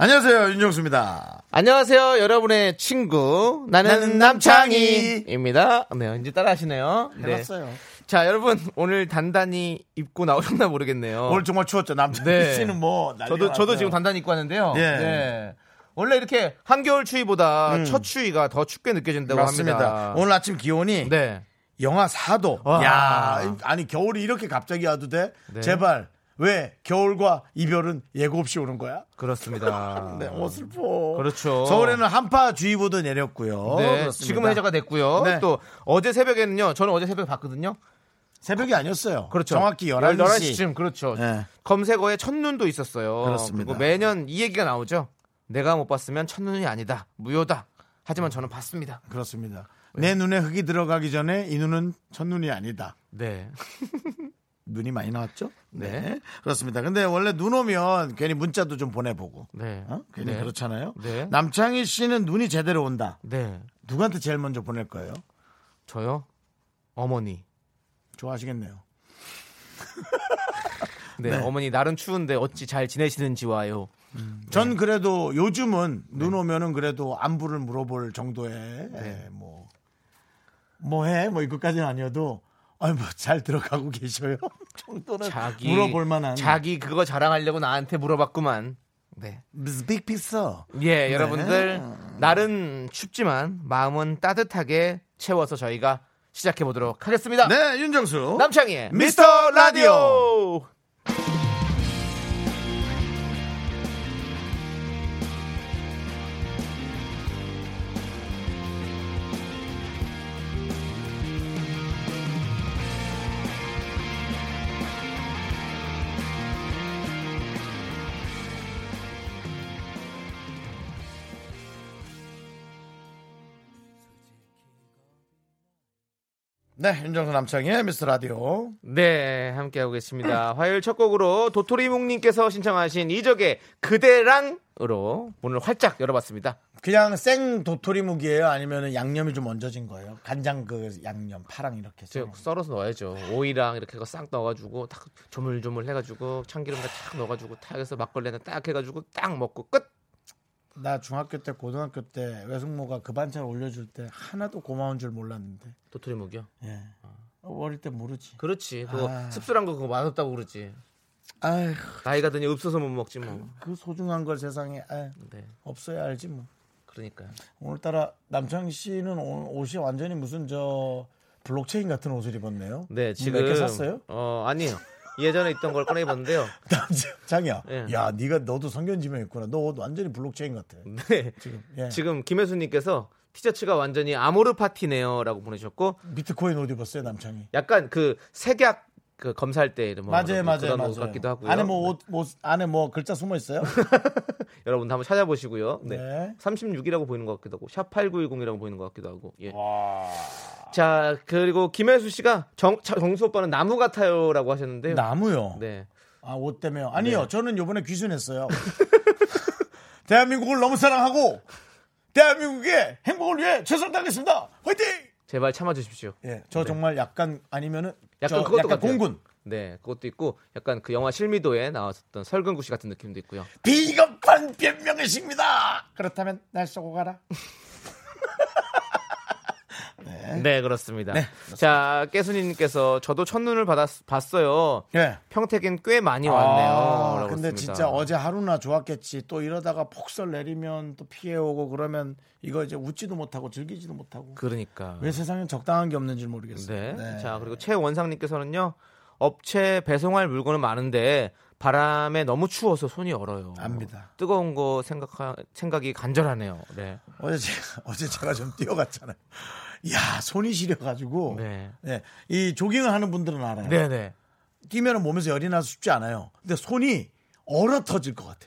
안녕하세요 윤정수입니다. 안녕하세요, 여러분의 친구. 나는, 나는 남창희입니다. 네, 이제 따라하시네요. 네. 해봤어요. 자, 여러분, 오늘 단단히 입고 나오셨나 모르겠네요. 오늘 정말 추웠죠 남창희 네. 씨는 뭐 난리가 저도, 저도 났어요. 지금 단단히 입고 왔는데요. 예. 네. 원래 이렇게 한겨울 추위보다 첫 추위가 더 춥게 느껴진다고 음. 맞습니다. 합니다. 오늘 아침 기온이 네. 영하 4도. 와. 야, 아니 겨울이 이렇게 갑자기 와도 돼? 네. 제발. 왜 겨울과 이별은 예고 없이 오는 거야? 그렇습니다. 네, 어 슬퍼. 아. 그렇죠. 서울에는 한파주의보도 내렸고요. 네, 어, 그렇습니다. 지금은 해제가 됐고요. 네. 또 어제 새벽에는요. 저는 어제 새벽에 봤거든요. 새벽이 아니었어요. 그렇죠. 정확히 11시. 11시 쯤 그렇죠. 네. 검색어에 첫눈도 있었어요. 그렇습니다. 리고 매년 이 얘기가 나오죠. 내가 못 봤으면 첫눈이 아니다. 무효다. 하지만 저는 봤습니다. 그렇습니다. 내 눈에 흙이 들어가기 전에 이 눈은 첫눈이 아니다. 네. 눈이 많이 나왔죠? 네. 그렇습니다. 근데 원래 눈 오면 괜히 문자도 좀 보내보고. 네. 어? 괜히 네. 그렇잖아요. 네. 남창희 씨는 눈이 제대로 온다. 네. 누구한테 제일 먼저 보낼 거예요? 저요. 어머니. 좋아하시겠네요. 네. 어머니 날은 추운데 어찌 잘 지내시는지와요. 네. 전 그래도 요즘은 눈 오면은 그래도 안부를 물어볼 정도의 네. 에, 뭐 뭐해 뭐 이것까지는 아니어도 아니 뭐잘 들어가고 계셔요 정도는 자기 물어볼 만한 자기 그거 자랑하려고 나한테 물어봤구만. 네. 빅 피서 예, 여러분들 날은 춥지만 마음은 따뜻하게 채워서 저희가 시작해 보도록 하겠습니다. 네 윤정수 남창희의 미스터 라디오 라디오. 네 윤정수 남창의 미스터 라디오 네, 함께하고 계십니다. 화요일 첫 곡으로 도토리묵님께서 신청하신 이적의 그대랑으로 문을 활짝 열어봤습니다. 그냥 생 도토리묵이에요 아니면 양념이 좀 얹어진 거예요 간장 그 양념 파랑 이렇게 저 해서. 썰어서 넣어야죠. 오이랑 이렇게 해서 싹 넣어가지고 탁 조물조물 해가지고 참기름에 탁 넣어가지고 탁 해서 막걸리 하나 딱 해가지고 딱 먹고 끝. 나 중학교 때 고등학교 때 외숙모가 그 반찬 올려줄 때 하나도 고마운 줄 몰랐는데 도토리묵이요. 예. 어릴 때 모르지. 그렇지. 그거 아. 씁쓸한 거 그거 맛없다고 그러지. 아휴, 나이가 드니 없어서 못 먹지 뭐. 그 소중한 걸 세상에 아휴, 네, 없어야 알지 뭐. 그러니까. 오늘따라 남창희 씨는 오- 옷이 완전히 무슨 저 블록체인 같은 옷을 입었네요. 네, 지금 몇개 샀어요? 어 아니요. 예전에 있던 걸 꺼내봤는데요. 장이야. 예. 야, 네가 너도 성견지명 있구나. 너 옷 완전히 블록체인 같아. 네. 지금 예. 지금 김혜수님께서 티셔츠가 완전히 아모르 파티네요라고 보내주셨고 비트코인 옷 입었어요, 남창희. 약간 약간 그 색약 그 검사할 때 이런 뭐 맞아요, 그런 맞아요, 옷 맞아요. 같기도 하고요. 네. 안에 뭐 옷, 옷 안에 뭐 글자 숨어 있어요? 여러분도 한번 찾아보시고요. 네. 네. 36이라고 보이는 것 같기도 하고 샵 8910이라고 보이는 것 같기도 하고. 예. 자 그리고 김혜수 씨가 정, 자, 정수 오빠는 나무 같아요라고 하셨는데요. 나무요. 네. 아, 옷 때문에요? 아니요. 저는 요번에 귀순했어요. 대한민국을 너무 사랑하고 대한민국의 행복을 위해 최선을 다하겠습니다. 화이팅! 제발 참아주십시오. 예, 저 정말 약간 아니면은 네. 약간 저 그것도 약간 같아요. 공군 네, 그것도 있고 약간 그 영화 실미도에 나왔었던 설근구 씨 같은 느낌도 있고요. 비겁한 변명의 식입니다. 그렇다면 날 쏘고 가라. 네, 그렇습니다. 자, 깨수님께서 저도 첫눈을 받았, 봤어요. 예. 평택엔 꽤 많이 왔네요. 아, 라고 근데 했습니다. 진짜 어제 하루나 좋았겠지. 또 이러다가 폭설 내리면 또 피해 오고 그러면 이거 이제 웃지도 못하고 즐기지도 못하고. 그러니까. 왜 세상엔 적당한 게 없는지 모르겠어요. 네. 자, 그리고 최원상님께서는요. 업체 배송할 물건은 많은데 바람에 너무 추워서 손이 얼어요. 압니다. 뜨거운 거 생각 생각이 간절하네요. 네. 어제 제가, 어제 제가 좀 뛰어갔잖아요. 야 손이 시려가지고. 네. 네. 이 조깅을 하는 분들은 알아요. 네, 네. 뛰면 몸에서 열이 나서 쉽지 않아요. 근데 손이 얼어 터질 것 같아.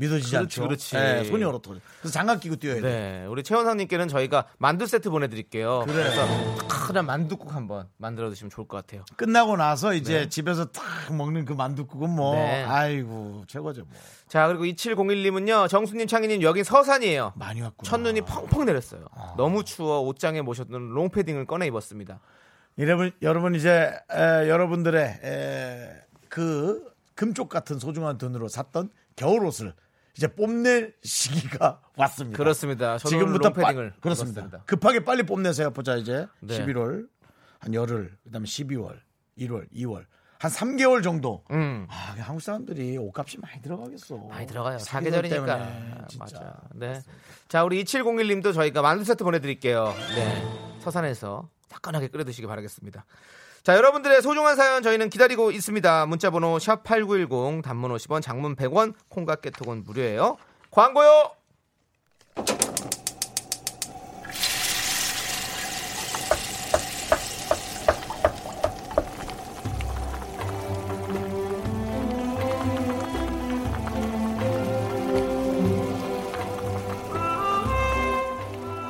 믿어지지 네. 그렇지, 않죠. 그렇지. 예, 손이 얼어터져. 그래서 장갑 끼고 뛰어야 돼. 네, 우리 최원상님께는 저희가 만두 세트 보내드릴게요. 그래. 래서 커다란 만두국 한번 만들어 드시면 좋을 것 같아요. 끝나고 나서 이제 집에서 탁 먹는 그 만둣국은 뭐 네. 아이고 최고죠 뭐 자, 그리고 2701님은요, 정수님, 창희님, 여긴 서산이에요. 많이 왔구나. 첫눈이 펑펑 내렸어요. 아. 너무 추워 옷장에 모셨던 롱패딩을 꺼내 입었습니다. 네. 여러분 여러분 이제 에, 여러분들의 에, 그 금쪽 같은 소중한 돈으로 샀던 겨울 옷을 이제 뽐낼 시기가 왔습니다. 그렇습니다. 저는 지금부터 오늘 롱패딩을 빠- 그렇습니다. 입었습니다. 급하게 빨리 뽐내세요. 보자 이제 네. 11월 한 열흘 그다음에 12월 1월 2월 한 3개월 정도. 음. 아, 한국 사람들이 옷값이 많이 들어가겠어. 많이 들어가요. 사기들 사계절이니까. 때문에, 아, 진짜. 맞아. 네. 자, 우리 2701님도 저희가 만두 세트 보내드릴게요. 네. 서산에서 따끈하게 끓여 드시기 바라겠습니다. 자, 여러분들의 소중한 사연 저희는 기다리고 있습니다. 문자번호 샵8910 단문 50원, 장문 100원, 콩과 깨톡은 무료예요. 광고요!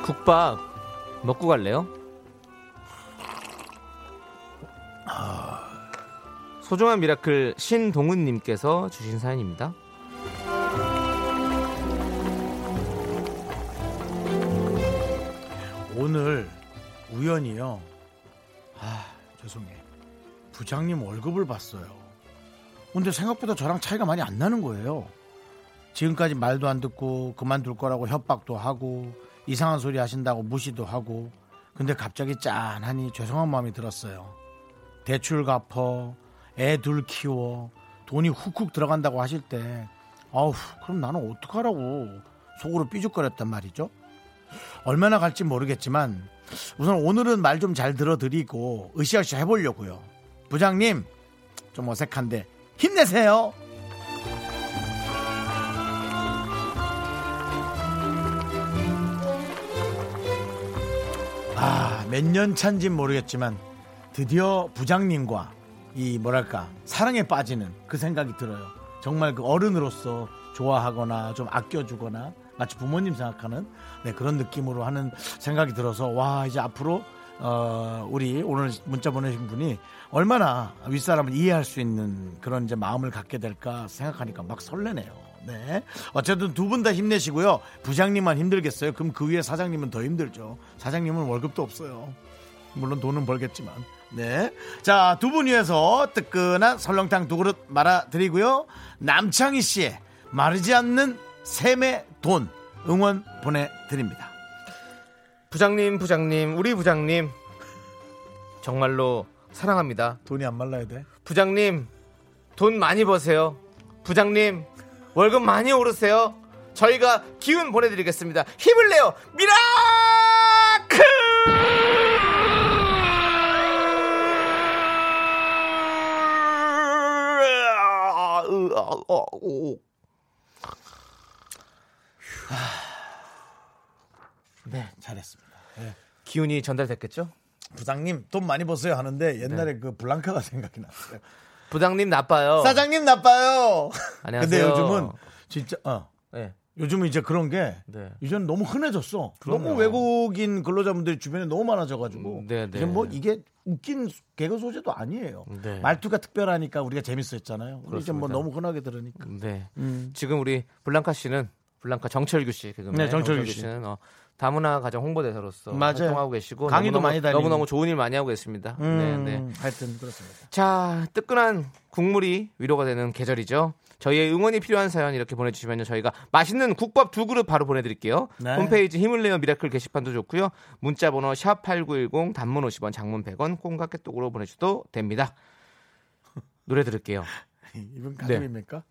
국밥 먹고 갈래요? 아, 소중한 미라클 신동은님께서 주신 사연입니다. 오늘 우연히요. 아, 죄송해. 부장님 월급을 봤어요. 근데 생각보다 저랑 차이가 많이 안 나는 거예요. 지금까지 말도 안 듣고 그만둘 거라고 협박도 하고 이상한 소리 하신다고 무시도 하고 근데 갑자기 짠하니 죄송한 마음이 들었어요. 대출 갚어, 애 둘 키워, 돈이 훅훅 들어간다고 하실 때 아우 그럼 나는 어떡하라고 속으로 삐죽거렸단 말이죠. 얼마나 갈지 모르겠지만 우선 오늘은 말 좀 잘 들어드리고 으쌰으쌰 해보려고요. 부장님 좀 어색한데 힘내세요. 아, 몇 년 차인진 모르겠지만 드디어 부장님과 이 뭐랄까 사랑에 빠지는 그 생각이 들어요. 정말 그 어른으로서 좋아하거나 좀 아껴주거나 마치 부모님 생각하는 네, 그런 느낌으로 하는 생각이 들어서 와 이제 앞으로 어, 우리 오늘 문자 보내신 분이 얼마나 윗사람을 이해할 수 있는 그런 이제 마음을 갖게 될까 생각하니까 막 설레네요. 네. 어쨌든 두 분 다 힘내시고요. 부장님만 힘들겠어요. 그럼 그 위에 사장님은 더 힘들죠. 사장님은 월급도 없어요. 물론 돈은 벌겠지만. 네. 자, 두 분 위해서 뜨끈한 설렁탕 두 그릇 말아드리고요. 남창희 씨의 마르지 않는 샘의 돈 응원 보내드립니다. 부장님, 부장님, 우리 부장님. 정말로 사랑합니다. 돈이 안 말라야 돼. 부장님, 돈 많이 버세요. 부장님, 월급 많이 오르세요. 저희가 기운 보내드리겠습니다. 힘을 내요! 미라클! 네, 잘했습니다. 네. 기운이 전달됐겠죠? 부장님 돈 많이 버세요 하는데 옛날에 네. 그 블랑카가 생각이 났어요. 부장님 나빠요. 사장님 나빠요. 근데 어. 안녕하세요. 요즘은 진짜 어. 네. 요즘은 이제 그런 게 네. 이제는 너무 흔해졌어. 그럼요. 너무 외국인 근로자분들이 주변에 너무 많아져가지고 음, 네, 네. 이제 뭐 이게 웃긴 개그 소재도 아니에요. 네. 말투가 특별하니까 우리가 재밌었잖아요. 우리 이제 뭐 그렇습니다. 너무 흔하게 들으니까. 네. 지금 우리 블랑카 씨는 블랑카 정철규 씨 그거 음. 네, 정철규 씨. 씨는 어, 다문화 가정 홍보대사로서 맞아요. 활동하고 계시고 강의도 너무너무, 많이 다니고. 너무너무 좋은 일 많이 하고 계십니다. 음, 네, 네. 하여튼 그렇습니다. 자, 뜨끈한 국물이 위로가 되는 계절이죠. 저희의 응원이 필요한 사연 이렇게 보내주시면요 저희가 맛있는 국밥 두 그릇 바로 보내드릴게요. 네. 홈페이지 힘을 내어 미라클 게시판도 좋고요. 문자번호 샵 #8910 단문 50원, 장문 100원, 콩깍개톡으로 보내주셔도 됩니다. 노래 들을게요. 이분 네. 가슴입니까?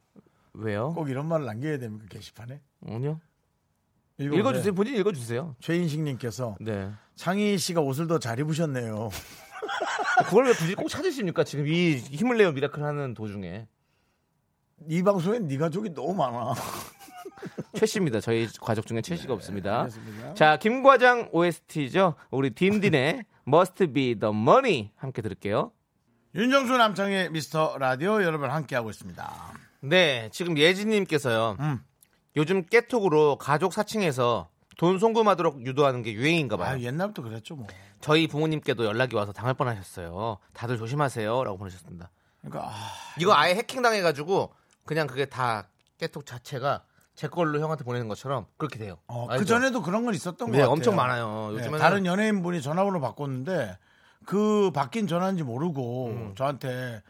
왜요? 어, 꼭 이런 말을 남겨야 됩니까 게시판에? 아니요. 읽어보세요. 읽어주세요. 본인 읽어주세요. 최인식님께서 네. 창희 씨가 옷을 더 잘 입으셨네요. 그걸 왜 굳이 꼭 찾으십니까? 지금 이 힘을 내어 미라클 하는 도중에 이 방송엔 네 가족이 너무 많아. 최 씨입니다. 저희 가족 중에 최 씨가 없습니다. 그렇습니다. 아? 자, 김 과장 OST죠. 우리 딘딘의 Must Be the Money 함께 들을게요. 윤정수 남창의 미스터 라디오 여러분 함께하고 있습니다. 아, 네, 지금 예진님께서요. 음. 요즘 깨톡으로 가족 사칭해서 돈 송금하도록 유도하는 게 유행인가 봐요. 아, 옛날부터 그랬죠, 뭐. 저희 부모님께도 연락이 와서 당할 뻔하셨어요. 다들 조심하세요라고 보내셨습니다. 그러니까 아, 이거 아예 해킹 당해가지고 그냥 그게 다 깨톡 자체가 제 걸로 형한테 보내는 것처럼 그렇게 돼요. 그 알죠? 전에도 그런 건 있었던 것 네, 같아요. 엄청 많아요. 네, 요즘에는 다른 연예인 분이 전화번호 바꿨는데 그 바뀐 전화인지 모르고 음. 저한테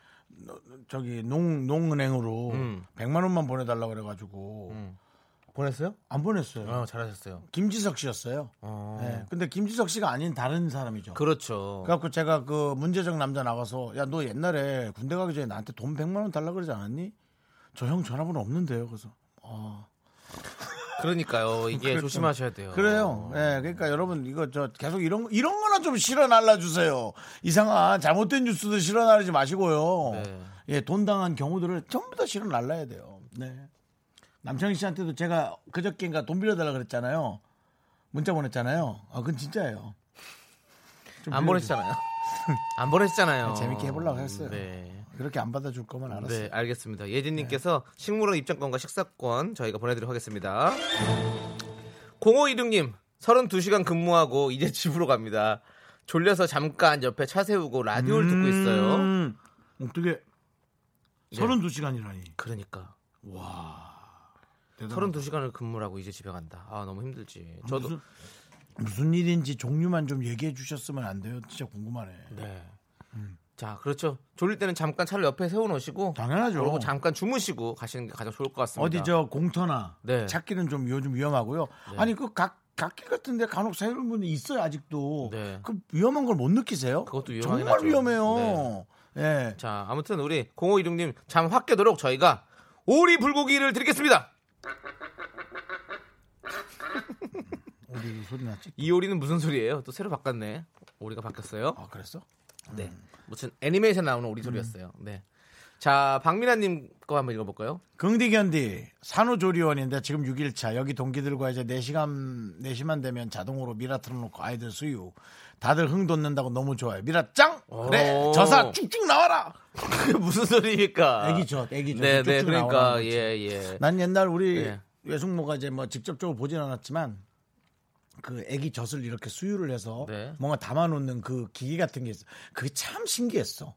저기 농 농은행으로 음. 100만 원만 보내달라 그래가지고 보냈어요? 안 보냈어요. 어, 잘하셨어요. 김지석 씨였어요. 어. 네, 근데 김지석 씨가 아닌 다른 사람이죠. 그렇죠. 그래갖고 제가 그 문제적 남자 나와서 야 너 옛날에 군대 가기 전에 나한테 돈 100만 원 달라 그러지 않았니? 저 형 전화번호 없는데요. 그래서 아 그러니까요. 이게 그렇죠. 조심하셔야 돼요. 그래요. 예, 그러니까 여러분 이거 저 계속 이런 거- 이런 거나 좀 실어 날라 주세요. 이상한 잘못된 뉴스도 실어 날리지 마시고요. 네. 예, 돈 당한 경우들을 전부 다 실어 날라야 돼요. 네. 남창희 씨한테도 제가 그저께인가 돈 빌려달라 그랬잖아요. 문자 보냈잖아요. 아, 그건 진짜예요. 좀 빌려주세요. 안 보내시잖아요. 안 보내시잖아요. 재밌게 해보려고 했어요. 네. 그렇게 안 받아줄 거면 알았어요. 네. 네, 알겠습니다. 예진님께서 식물원 입장권과 식사권 저희가 보내드리도록 하겠습니다. 0516님, 32시간 근무하고 이제 집으로 갑니다. 졸려서 잠깐 옆에 차 세우고 라디오를 듣고 있어요. 예. 음, 어떻게 32시간이라니. 그러니까. 대단하다. 32시간을 근무를 하고 이제 집에 간다. 아, 너무 힘들지. 저도. 무슨, 무슨 일인지 종류만 좀 얘기해 주셨으면 안 돼요. 진짜 궁금하네. 네. 자, 그렇죠. 졸릴 때는 잠깐 차를 옆에 세워놓으시고. 음. 당연하죠. 그리고 잠깐 주무시고 가시는 게 가장 좋을 것 같습니다. 어디 저 공터나 네. 찾기는 좀 요즘 위험하고요. 아니 그각 갓길 같은데 간혹 세우는 분이 있어요 아직도. 네. 그 위험한 걸 못 느끼세요? 그것도 위험하긴 정말 하죠. 네. 위험해요. 예. 자, 아무튼 우리 0516님 잠 확 깨도록 저희가 오리 불고기를 드리겠습니다. 우리 소리 났지? 이 오리는 무슨 소리예요? 또 새로 바꿨네. 오리가 바뀌었어요. 아 그랬어? 네. 음. 무슨 애니메이션 나오는 오리 소리였어요. 네. 자, 박민아님 거 한번 읽어볼까요? 긍디견디 산후조리원인데 지금 6일차 여기 동기들과 이제 4시간 4시만 되면 자동으로 미라 틀어놓고 아이들 수유 다들 흥 돋는다고 너무 좋아요 미라 짱 그래 오. 저사 쭉쭉 나와라 그게 무슨 소리입니까? 애기죠, 애기죠. 네, 쭉쭉 네. 그러니까 나오라는 거지. 예, 예. 난 옛날 우리 네. 외숙모가 이제 뭐 직접적으로 보진 않았지만 그 애기 젖을 이렇게 수유를 해서 네. 뭔가 담아놓는 그 기기 같은 게 있어. 그게 참 신기했어.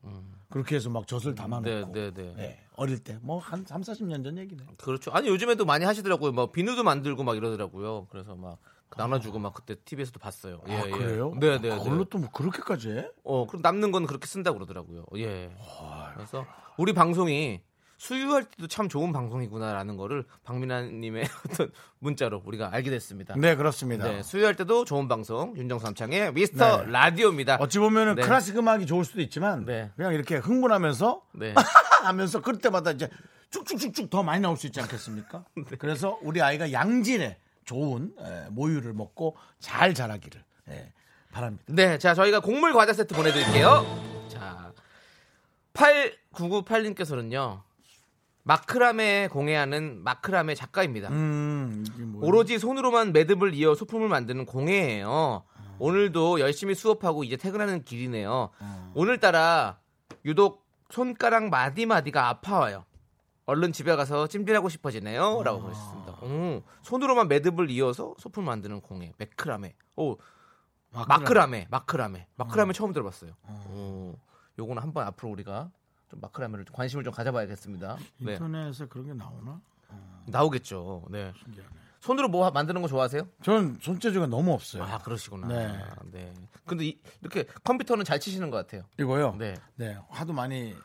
그렇게 해서 막 젖을 담아놓고. 음. 네, 네, 네. 예, 어릴 때 뭐 한 3, 40년 전 얘기네. 그렇죠. 아니 요즘에도 많이 하시더라고요. 막 비누도 만들고 막 이러더라고요. 그래서 막 나눠주고 막 그때 TV에서도 봤어요. 예, 아, 예. 그래요? 네, 네. 그걸로 네. 또 뭐 그렇게까지 해? 어, 그럼 남는 건 그렇게 쓴다고 그러더라고요. 예. 그래서 우리 방송이 수유할 때도 참 좋은 방송이구나라는 거를 박민아님의 어떤 문자로 우리가 알게 됐습니다. 네, 그렇습니다. 네, 수유할 때도 좋은 방송 윤정수 남창의 미스터 네. 라디오입니다. 어찌 보면은 네. 클래식 음악이 좋을 수도 있지만 네. 그냥 이렇게 흥분하면서 네. 하면서 그럴 때마다 이제 쭉쭉쭉쭉 더 많이 나올 수 있지 않겠습니까? 네. 그래서 우리 아이가 양질의 좋은 에, 모유를 먹고 잘 자라기를 예, 바랍니다. 네, 자 저희가 곡물 과자 세트 보내드릴게요. 자, 8998님께서는요 마크라메 공예하는 마크라메 작가입니다. 음, 이게 뭐 오로지 손으로만 매듭을 이어 소품을 만드는 공예예요. 오늘도 열심히 수업하고 이제 퇴근하는 길이네요. 어, 오늘따라 유독 손가락 마디마디가 아파와요. 얼른 집에 가서 찜질하고 싶어지네요. 라고 보내셨습니다. 오, 손으로만 매듭을 이어서 소품 만드는 공예. 매크라메. 오, 마크라메. 마크라메. 마크라메 처음 들어봤어요. 오, 요거는 한번 앞으로 우리가 좀 마크라메를 좀 관심을 좀 가져봐야겠습니다. 네. 인터넷에 그런 게 나오나? 나오겠죠. 네. 손으로 뭐 만드는 거 좋아하세요? 저는 손재주가 너무 없어요. 아 그러시구나. 네. 네. 근데 이, 렇게 컴퓨터는 잘 치시는 것 같아요. 이거요. 네. 네. 하도 많이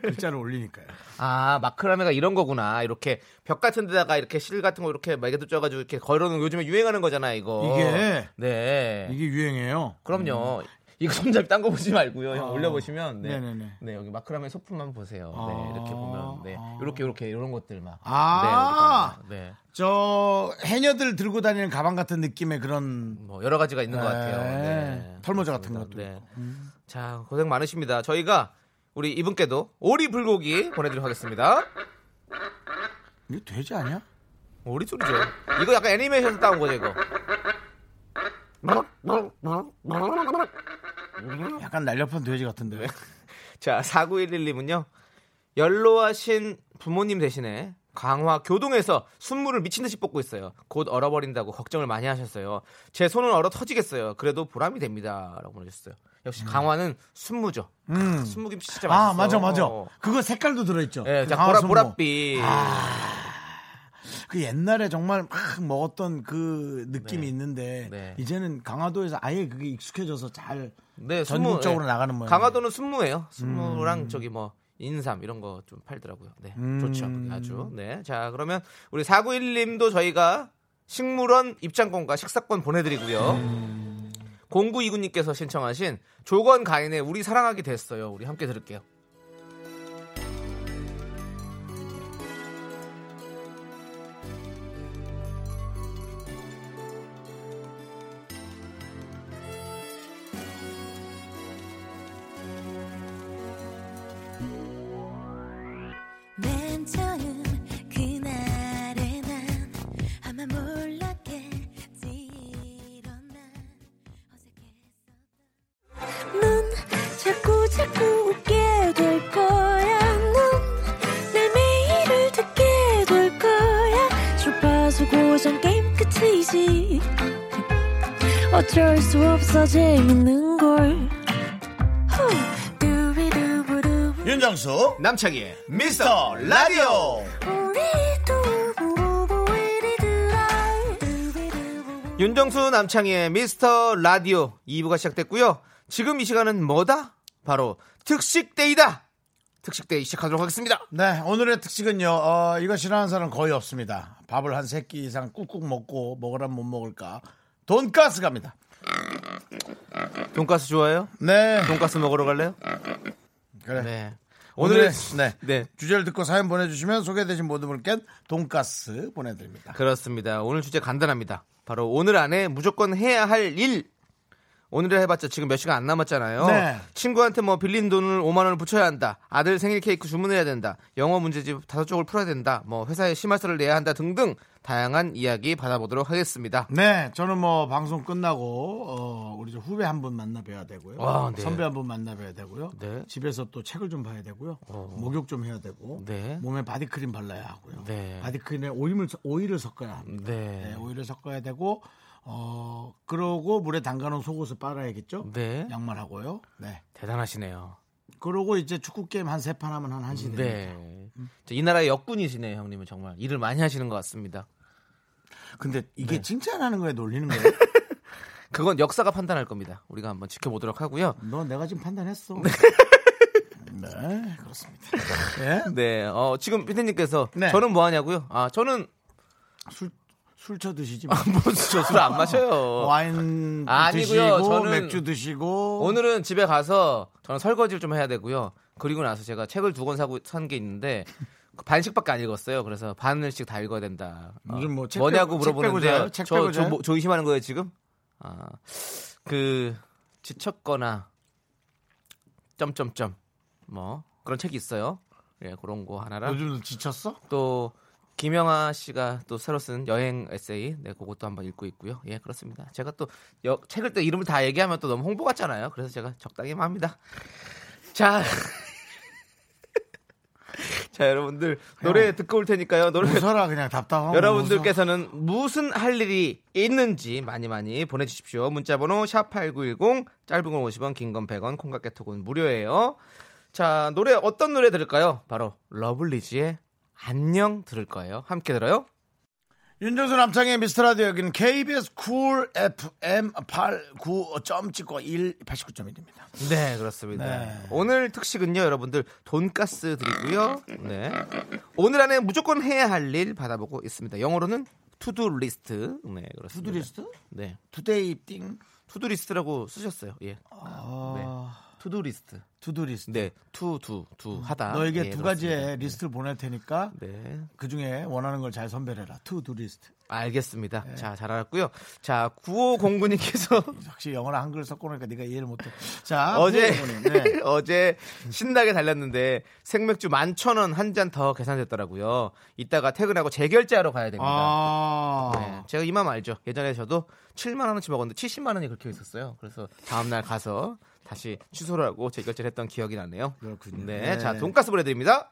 글자를 올리니까요. 아 마크라메가 이런 거구나. 이렇게 벽 같은 데다가 이렇게 실 같은 거 이렇게 매개도 쪄가지고 이렇게 걸어놓는 거 요즘에 유행하는 거잖아 이거. 이게- 네. 이게 유행해요. 그럼요. 이거 손잡이 딴 거 보지 말고요. 형 음. 아. 올려보시면 네. 네네네. 네, 여기 마크라메 소품만 보세요. 아. 네 이렇게 보면 네 이렇게 이렇게 이런 것들 막. 아. 네, 이렇게 보면, 네. 저 해녀들 들고 다니는 가방 같은 느낌의 그런 뭐 여러 가지가 있는 것 같아요. 네. 털모자 같은 그렇습니다. 것도 음. 네. 자 고생 많으십니다. 저희가 우리 이분께도 오리 불고기 보내드리도록 하겠습니다. 이거 돼지 아니야? 오리 소리죠. 이거 약간 애니메이션에서 따온 거죠 이거. 약간 날렵한 돼지 네, 같은데. 자 4911님은요. 연로하신 부모님 대신에 강화 교동에서 순물을 미친 듯이 뽑고 있어요. 곧 얼어버린다고 걱정을 많이 하셨어요. 제 손은 얼어 터지겠어요. 그래도 보람이 됩니다라고 보내셨어요. 역시 강화는 순무죠. 크, 순무김치 진짜 맛있어. 음. 아 맞아 맞아. 그거 색깔도 들어있죠. 예, 자, 보라 강화순모. 아. 보랏빛. 그 옛날에 정말 막 먹었던 그 느낌이 있는데 네. 이제는 강화도에서 아예 그게 익숙해져서 잘 네, 전국적으로 순무, 예. 나가는 음. 모양. 강화도는 순무예요. 순무랑 저기 뭐 인삼 이런 거 좀 팔더라고요. 네, 음. 좋죠. 그게 아주. 네, 자 그러면 우리 491님도 저희가 식물원 입장권과 식사권 보내드리고요. 0929님께서 신청하신 조건 가인의 우리 사랑하게 됐어요. 우리 함께 들을게요. 맨 처음 그날의 난 아마 몰랐겠지 이런 난 어색했었던 넌 자꾸 자꾸 웃게 될 거야 넌내 매일을 듣게 될 거야 주파수 고정 게임 끝이지 어쩔 수 없어 재밌는 걸 후. 두비두부두부. 윤정수 남창희의 미스터 라디오. 윤정수 남창희의 미스터 라디오 2부가 시작됐고요. 지금 이 시간은 뭐다? 바로 특식데이다. 특식데이 시작하도록 하겠습니다. 네, 오늘의 특식은요. 어, 이거 싫어하는 사람 은 거의 없습니다. 밥을 한 세 끼 이상 꾹꾹 먹고 먹으라면 못 먹을까. 돈가스 갑니다. 돈가스 좋아해요? 네, 돈가스 먹으러 갈래요? 그래. 네. 오늘의 오늘의 네. 네. 주제를 듣고 사연 보내주시면 소개되신 모든 분께 돈가스 보내드립니다. 그렇습니다. 오늘 주제 간단합니다. 바로 오늘 안에 무조건 해야 할 일. 오늘을 해봤자 지금 몇 시간 안 남았잖아요. 네. 친구한테 뭐 빌린 돈을 5만 원을 붙여야 한다. 아들 생일 케이크 주문해야 된다. 영어 문제집 다섯 쪽을 풀어야 된다. 뭐 회사에 심할서를 내야 한다 등등 다양한 이야기 받아보도록 하겠습니다. 네, 저는 뭐 방송 끝나고 어, 우리 저 후배 한 분 만나 뵈야 되고요. 아, 네. 선배 한 분 만나 뵈야 되고요. 네. 집에서 또 책을 좀 봐야 되고요. 목욕 좀 해야 되고 네. 몸에 바디크림 발라야 하고요. 네. 바디크림에 오임을 오일을 섞어야 합니다. 네, 네. 오일을 섞어야 되고 어 그러고 물에 담가놓은 속옷을 빨아야겠죠. 네. 양말하고요. 네. 대단하시네요. 그러고 이제 축구 게임 한 세 판 하면 한 한시 됩니다. 네. 이 나라의 역군이시네요, 형님은 정말. 일을 많이 하시는 것 같습니다. 근데 이게 칭찬하는 거예요, 놀리는 거예요? 그건 역사가 판단할 겁니다. 우리가 한번 지켜보도록 하고요. 너 내가 지금 판단했어. 네, 그렇습니다. 예? 네, 어, 지금 피디님께서 네. 저는 뭐 하냐고요? 아, 저는 아, 술, 술 쳐드시지 마. 무슨 저술 안 마셔요. 와인 어. 아니고요, 드시고 저는 맥주 드시고 오늘은 집에 가서 저는 설거지를 좀 해야 되고요. 그리고 나서 제가 책을 두 권 사고 산 게 있는데 그 반씩밖에 안 읽었어요. 그래서 반을씩 다 읽어야 된다. 어, 요즘 뭐책 뭐냐고 빼고- 책 빼고 물어보는데 자요? 책 빼고 저저 자요? 뭐, 저 의심하는 거예요 지금? 아, 그 지쳤거나 점점점 뭐 그런 책이 있어요. 예, 그런 거 하나랑 요즘 지쳤어? 또 김영아 씨가 또 새로 쓴 여행 에세이, 네 그것도 한번 읽고 있고요. 예, 그렇습니다. 제가 또 여- 책을 또 이름을 다 얘기하면 또 너무 홍보 같잖아요. 그래서 제가 적당히만 합니다. 자, 자 여러분들 노래 듣고 올 테니까요. 노래 웃어라 그냥 답답하고 여러분들께서는 무슨 할 일이 있는지 많이 많이 보내주십시오. 문자번호 샵8910 짧은 건 50원 긴 건 100원 콩깍개톡은 무료예요. 자 노래 어떤 노래 들을까요? 바로 러블리즈의 안녕 들을 거예요. 함께 들어요. 윤정수 남창의 미스터라디오 여기는 KBS 쿨 FM 89.1 89.1입니다 네 그렇습니다. 오늘 특식은요 여러분들 돈가스 드리고요. 네 오늘 안에 무조건 해야 할 일 받아보고 있습니다. 영어로는 투두 리스트. 네 그렇습니다. 투두리스트? 네 투데이 띵 투두리스트라고 쓰셨어요. 예. 네. 투두리스트. 아, 투두리스트 네, 투, 두, 두 하다. 음, 너에게 예, 두 그렇습니다. 가지의 리스트를 보낼 테니까 네, 그 중에 원하는 걸 잘 선별해라 투두리스트 알겠습니다. 네. 자, 잘 알았고요. 자, 9509님께서 역시 영어랑 한글 섞어놓으니까 네가 이해를 못해 자 어제 부모님, 아, 네. 어제 신나게 달렸는데 생맥주 11,000원 한 잔 더 계산됐더라고요. 이따가 퇴근하고 재결제하러 가야 됩니다. 아 네, 제가 이맘 알죠. 예전에 저도 7만 원어치 먹었는데 70만 원이 그렇게 있었어요. 그래서 다음 날 가서 다시 취소를 하고 재결제를 했던 기억이 나네요. 그렇군요. 네, 네. 자 돈가스 보내드립니다.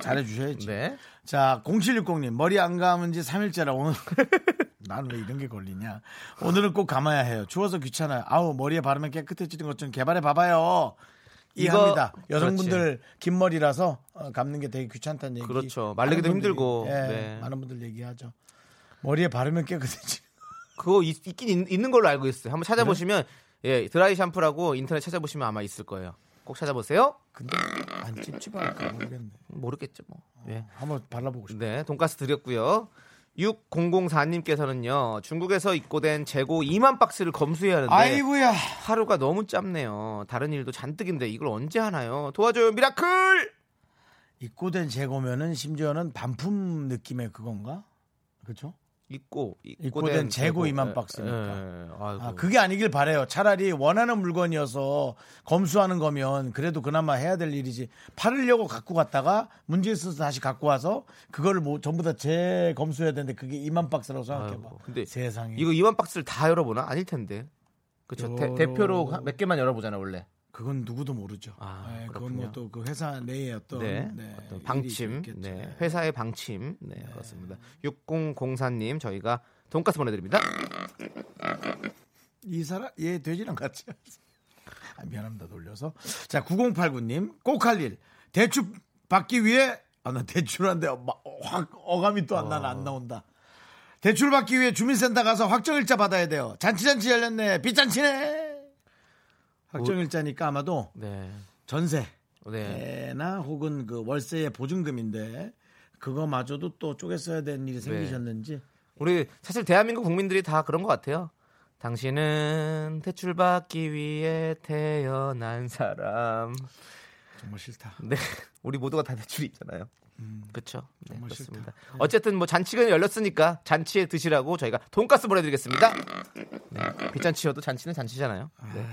잘해주셔야지. 네, 자, 0760님, 머리 안 감은 지 3일째라 오늘. 난 왜 이런 게 걸리냐. 오늘은 꼭 감아야 해요. 추워서 귀찮아요. 아우, 머리에 바르면 깨끗해지는 것 좀 개발해 봐봐요. 이해합니다. 이거- 여성분들 긴 머리라서 어, 감는 게 되게 귀찮다는 얘기. 그렇죠. 말리기도 많은 분들이- 힘들고. 예, 네. 많은 분들 얘기하죠. 머리에 바르면 깨끗해지. 그거 있, 긴 있, 는 걸로 알고 있어요. 한번 찾아보시면 네? 예 드라이 샴푸라고 인터넷 찾아보시면 아마 있을 거예요. 꼭 찾아보세요. 근데 안 찝찝할까 모르겠네. 모르겠죠 뭐. 어, 예. 한번 발라보고 싶어. 네, 돈가스 드렸고요. 6004님께서는요, 중국에서 입고된 재고 2만 박스를 검수해야 하는데 아이고야. 하루가 너무 짧네요. 다른 일도 잔뜩인데 이걸 언제 하나요? 도와줘요, 미라클! 입고된 재고면은 심지어는 반품 느낌의 그건가? 그렇죠? 입고, 예, 입고된 재고 2만 박스니까. 아이고. 아, 그게 아니길 바래요. 차라리 원하는 물건이어서 검수하는 거면 그래도 그나마 해야 될 일이지. 팔으려고 갖고 갔다가 문제 있어서 다시 갖고 와서 그거를 뭐 전부 다 재검수해야 되는데 그게 2만 박스라고 생각해 봐. 아이고, 근데 세상에. 이거 2만 박스를 다 열어보나? 아닐 텐데. 그쵸. 요러- 대, 대표로 한- 몇 개만 열어보잖아, 원래. 그건 누구도 모르죠. 아, 예, 그건 그렇군요. 뭐 또 그 회사 내의 어떤, 네. 네, 어떤 일이 방침. 있겠죠. 네. 회사의 방침. 네, 그렇습니다. 6004님, 저희가 돈가스 보내드립니다. 이 사람 얘 돼지랑 같이 아, 미안합니다 돌려서 자 9089님 꼭 할 일 대출 받기 위해 아나 대출한데 확 어감이 또 안 나안 나온다 대출 받기 위해 주민센터 가서 확정일자 받아야 돼요 잔치잔치 열렸네 빚잔치네 확정일자니까 아마도 네. 전세 네. 나 혹은 그 월세의 보증금인데 그거마저도 또 쪼개 써야 되는 네. 일이 생기셨는지 우리 사실 대한민국 국민들이 다 그런 것 같아요. 당신은 대출받기 위해 태어난 사람. 정말 싫다 네, 우리 모두가 다 대출이 있잖아요. 그렇죠. 네, 정말 그렇습니다. 어쨌든 뭐 잔치가 열렸으니까 잔치에 드시라고 저희가 돈가스 보내드리겠습니다. 네, 빚잔치여도 잔치는 잔치잖아요. 네.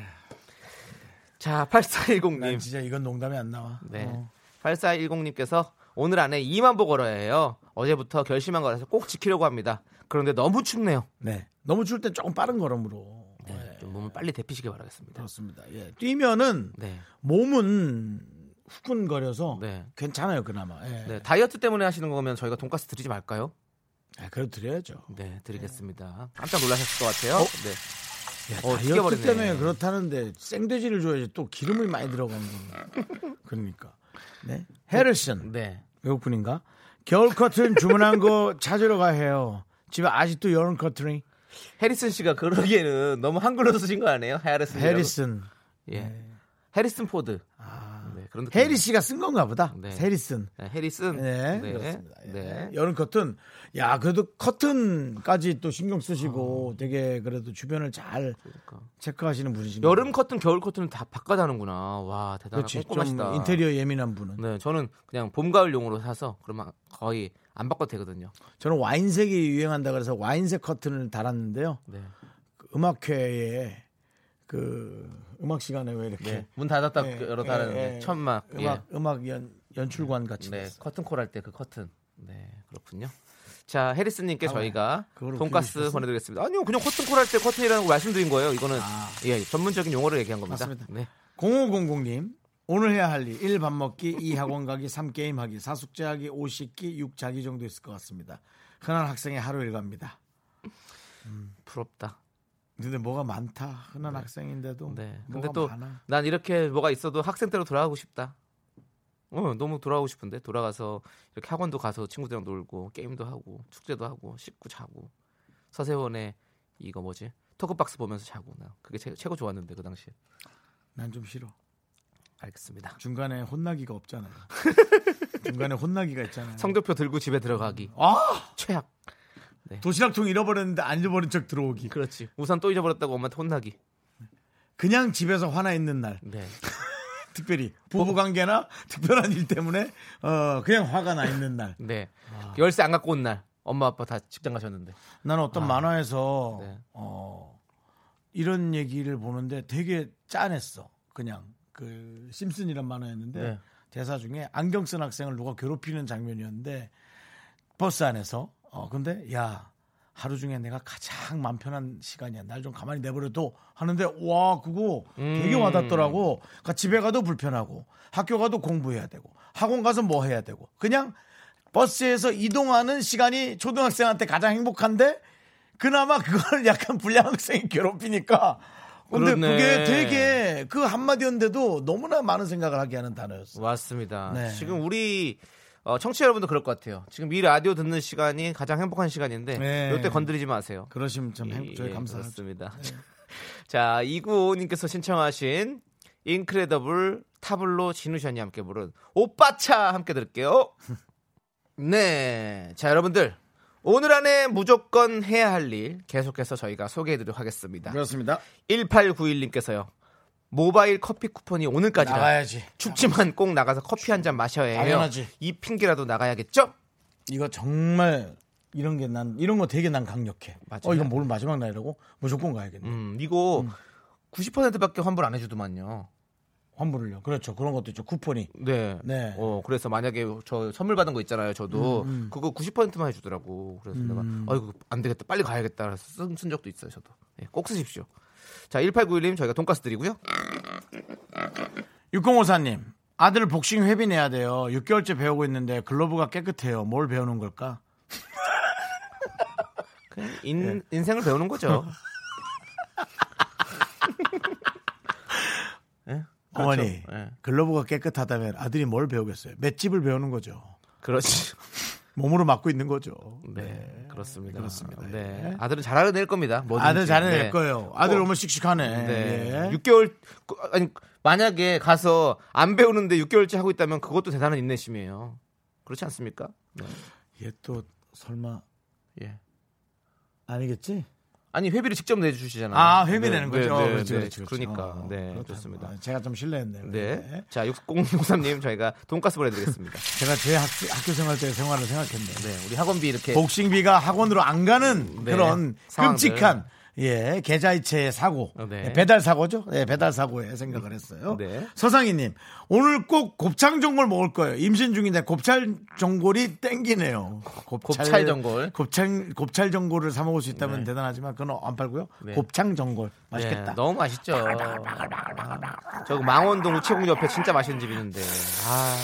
자, 난 8410님. 진짜 이건 농담이 안 나와 네. 어. 8410님께서 오늘 안에 2만 보 걸어야 해요. 어제부터 결심한 거라서 꼭 지키려고 합니다. 그런데 너무 춥네요. 네. 너무 추울 땐 조금 빠른 걸음으로. 네, 좀 몸을 빨리 데피시길 바라겠습니다. 그렇습니다. 예. 뛰면은 네. 몸은 후끈거려서 네. 괜찮아요, 그나마. 예. 네, 다이어트 때문에 하시는 거면 저희가 돈가스 드리지 말까요? 아, 그래도 드려야죠. 네, 드리겠습니다. 깜짝 놀라셨을 것 같아요. 네. 야, 어, 다이어트 튀겨버리네. 때문에 그렇다는데 생돼지를 줘야지 또 기름을 많이 들어간 거예요. 그러니까. 네. 헤르슨. 네. 외국분인가? 겨울 커튼 주문한 거 찾으러 가 해요. 집에 아직도 여름 커튼이 해리슨 씨가 그러기에는 너무 한글로 쓰신 거 아니에요? 해리슨. 헤리슨. 예. 해리슨 포드. 네, 그런 느낌. 헤리 씨가 쓴 건가 보다. 네. 헤리슨. 네, 해리슨. 네, 그렇습니다. 예. 네. 여름 커튼, 야 그래도 커튼까지 또 신경 쓰시고 되게 그래도 주변을 잘 체크하시는 분이신 그러니까. 여름 커튼, 겨울 커튼은 다 바꿔다는구나. 와, 대단하다. 그렇지 꼼꼼하시다. 좀 인테리어 예민한 분은 네, 저는 그냥 봄, 가을용으로 사서 그러면 거의 안 바꿔도 되거든요. 저는 와인색이 유행한다 그래서 와인색 커튼을 달았는데요. 네. 그 음악회에 그 음악 시간에 왜 이렇게 네. 문 닫았다 예, 열었다는 예, 예. 천막. 예. 음악 음악 연 연출관 같이 네, 됐어. 커튼 콜 할 때 그 커튼. 네, 그렇군요. 자, 해리스님께 저희가 아, 그걸로 돈가스 불리셨어? 보내드리겠습니다. 아니요, 그냥 커튼 콜 할 때 커튼이라는 거 말씀드린 거예요. 이거는 예, 전문적인 용어를 얘기한 겁니다. 아. 맞습니다. 네, 0500님 오늘 해야 할 일 1 밥 먹기 2 학원 가기 3 게임 하기 4 숙제 하기 5 씻기 6 자기 정도 있을 것 같습니다. 흔한 학생의 하루 일과입니다. 부럽다. 근데 뭐가 많다. 흔한 학생인데도 네. 근데 뭐가 또 많아. 난 이렇게 뭐가 있어도 학생 때로 돌아가고 싶다. 어, 너무 돌아가고 싶은데 돌아가서 이렇게 학원도 가서 친구들이랑 놀고 게임도 하고 축제도 하고 씻고 자고 서세원의 이거 뭐지 토크박스 보면서 자고 나 그게 최, 최고 좋았는데 그 당시에 난 좀 싫어. 알겠습니다. 중간에 혼나기가 없잖아요. 중간에 혼나기가 있잖아요. 성적표 들고 집에 들어가기 아 최악. 도시락통 잃어버렸는데 안 잃어버린 척 들어오기. 그렇지. 우산 또 잊어버렸다고 엄마한테 혼나기. 그냥 집에서 화나 있는 날. 네. 특별히 부부관계나 특별한 일 때문에 어 그냥 화가 나 있는 날. 네. 열쇠 안 갖고 온 날. 엄마 아빠 다 직장 가셨는데. 나는 어떤 만화에서 아, 네. 어, 이런 얘기를 보는데 되게 짠했어. 그냥 그 심슨이란 만화였는데 네. 대사 중에 안경 쓴 학생을 누가 괴롭히는 장면이었는데 버스 안에서 어 근데 야 하루 중에 내가 가장 맘 편한 시간이야. 날 좀 가만히 내버려둬 하는데 와 그거 되게 음. 와닿더라고. 그러니까 집에 가도 불편하고 학교 가도 공부해야 되고 학원 가서 뭐 해야 되고 그냥 버스에서 이동하는 시간이 초등학생한테 가장 행복한데 그나마 그걸 약간 불량 학생이 괴롭히니까 근데 그렇네. 그게 되게 그 한마디였는데도 너무나 많은 생각을 하게 하는 단어였어. 맞습니다. 네. 지금 우리 어, 청취자 여러분도 그럴 것 같아요. 지금 이 라디오 듣는 시간이 가장 행복한 시간인데 네. 이때 건드리지 마세요. 그러시면 참 행복, 저희 어. 예, 감사하죠. 네. 그렇습니다. 자, 이구호님께서 신청하신 인크레더블 타블로 진우션이 함께 부른 오빠차 함께 들을게요. 네. 자, 여러분들. 오늘 안에 무조건 해야 할 일 계속해서 저희가 소개해드리도록 하겠습니다. 그렇습니다. 1891님께서요. 모바일 커피 쿠폰이 오늘까지라 나가야지. 춥지만 꼭 나가서 커피 한 잔 마셔야 해요. 당연하지. 이 핑계라도 나가야겠죠? 이거 정말 이런 게 난 이런 거 되게 난 강력해. 맞아요. 어 이건 뭘 마지막 날이라고 무조건 가야겠네. 음, 이거 90%밖에 환불 안 해주더만요. 환불을요. 그렇죠. 그런 것도 있죠. 쿠폰이. 네. 네. 어, 그래서 만약에 저 선물 받은 거 있잖아요. 음, 저도 그거 90%만 해주더라고. 그래서 내가 아이고 안 되겠다. 빨리 가야겠다. 그래서 쓴, 쓴 적도 있어요. 저도 예, 꼭 쓰십시오. 자, 1891님 저희가 돈가스 드리고요. 6054님 아들 복싱 회비 내야 돼요. 6개월째 배우고 있는데 글러브가 깨끗해요. 뭘 배우는 걸까? 그냥 네. 인, 인생을 배우는 거죠. 어머니 예. 글러브가 깨끗하다면 아들이 뭘 배우겠어요? 맷집을 배우는 거죠. 그렇지. 몸으로 맞고 있는 거죠. 네, 그렇습니다. 그렇습니다. 네. 아들은 잘 알아낼 겁니다. 뭐든지. 아들 잘해낼 네. 거예요. 아들 어, 오면 씩씩하네. 네. 예. 6개월 그, 아니 만약에 가서 안 배우는데 6개월째 하고 있다면 그것도 대단한 인내심이에요. 그렇지 않습니까? 네. 예. 얘 또 설마 예. 아니겠지? 아니 회비를 직접 내주시잖아요. 아 회비 네, 내는 거죠. 네, 네, 그렇죠, 네. 그렇죠, 그렇죠. 그러니까 어, 네 그렇다. 좋습니다. 아, 제가 좀 실례했네요. 네. 네. 자 6003님 저희가 돈가스 보내드리겠습니다. 제가 제 학교, 학교 생활 때 생활을 생각했네요. 네 우리 학원비 어, 이렇게 복싱비가 학원으로 안 가는 네, 그런 상황들. 끔찍한 예 계좌이체의 사고 어, 네. 예, 배달 사고죠 예, 배달 사고에 생각을 했어요 네. 서상희님 오늘 꼭 곱창 전골 먹을 거예요 임신 중인데 곱창 전골이 땡기네요 곱찰 전골. 곱창 곱찰 전골을 사 먹을 수 있다면 대단하지만 그건 안 팔고요 네. 곱창 전골 네, 맛있겠다 너무 맛있죠. 아, 저기 망원동 우체국 옆에 진짜 맛있는 집 있는데 아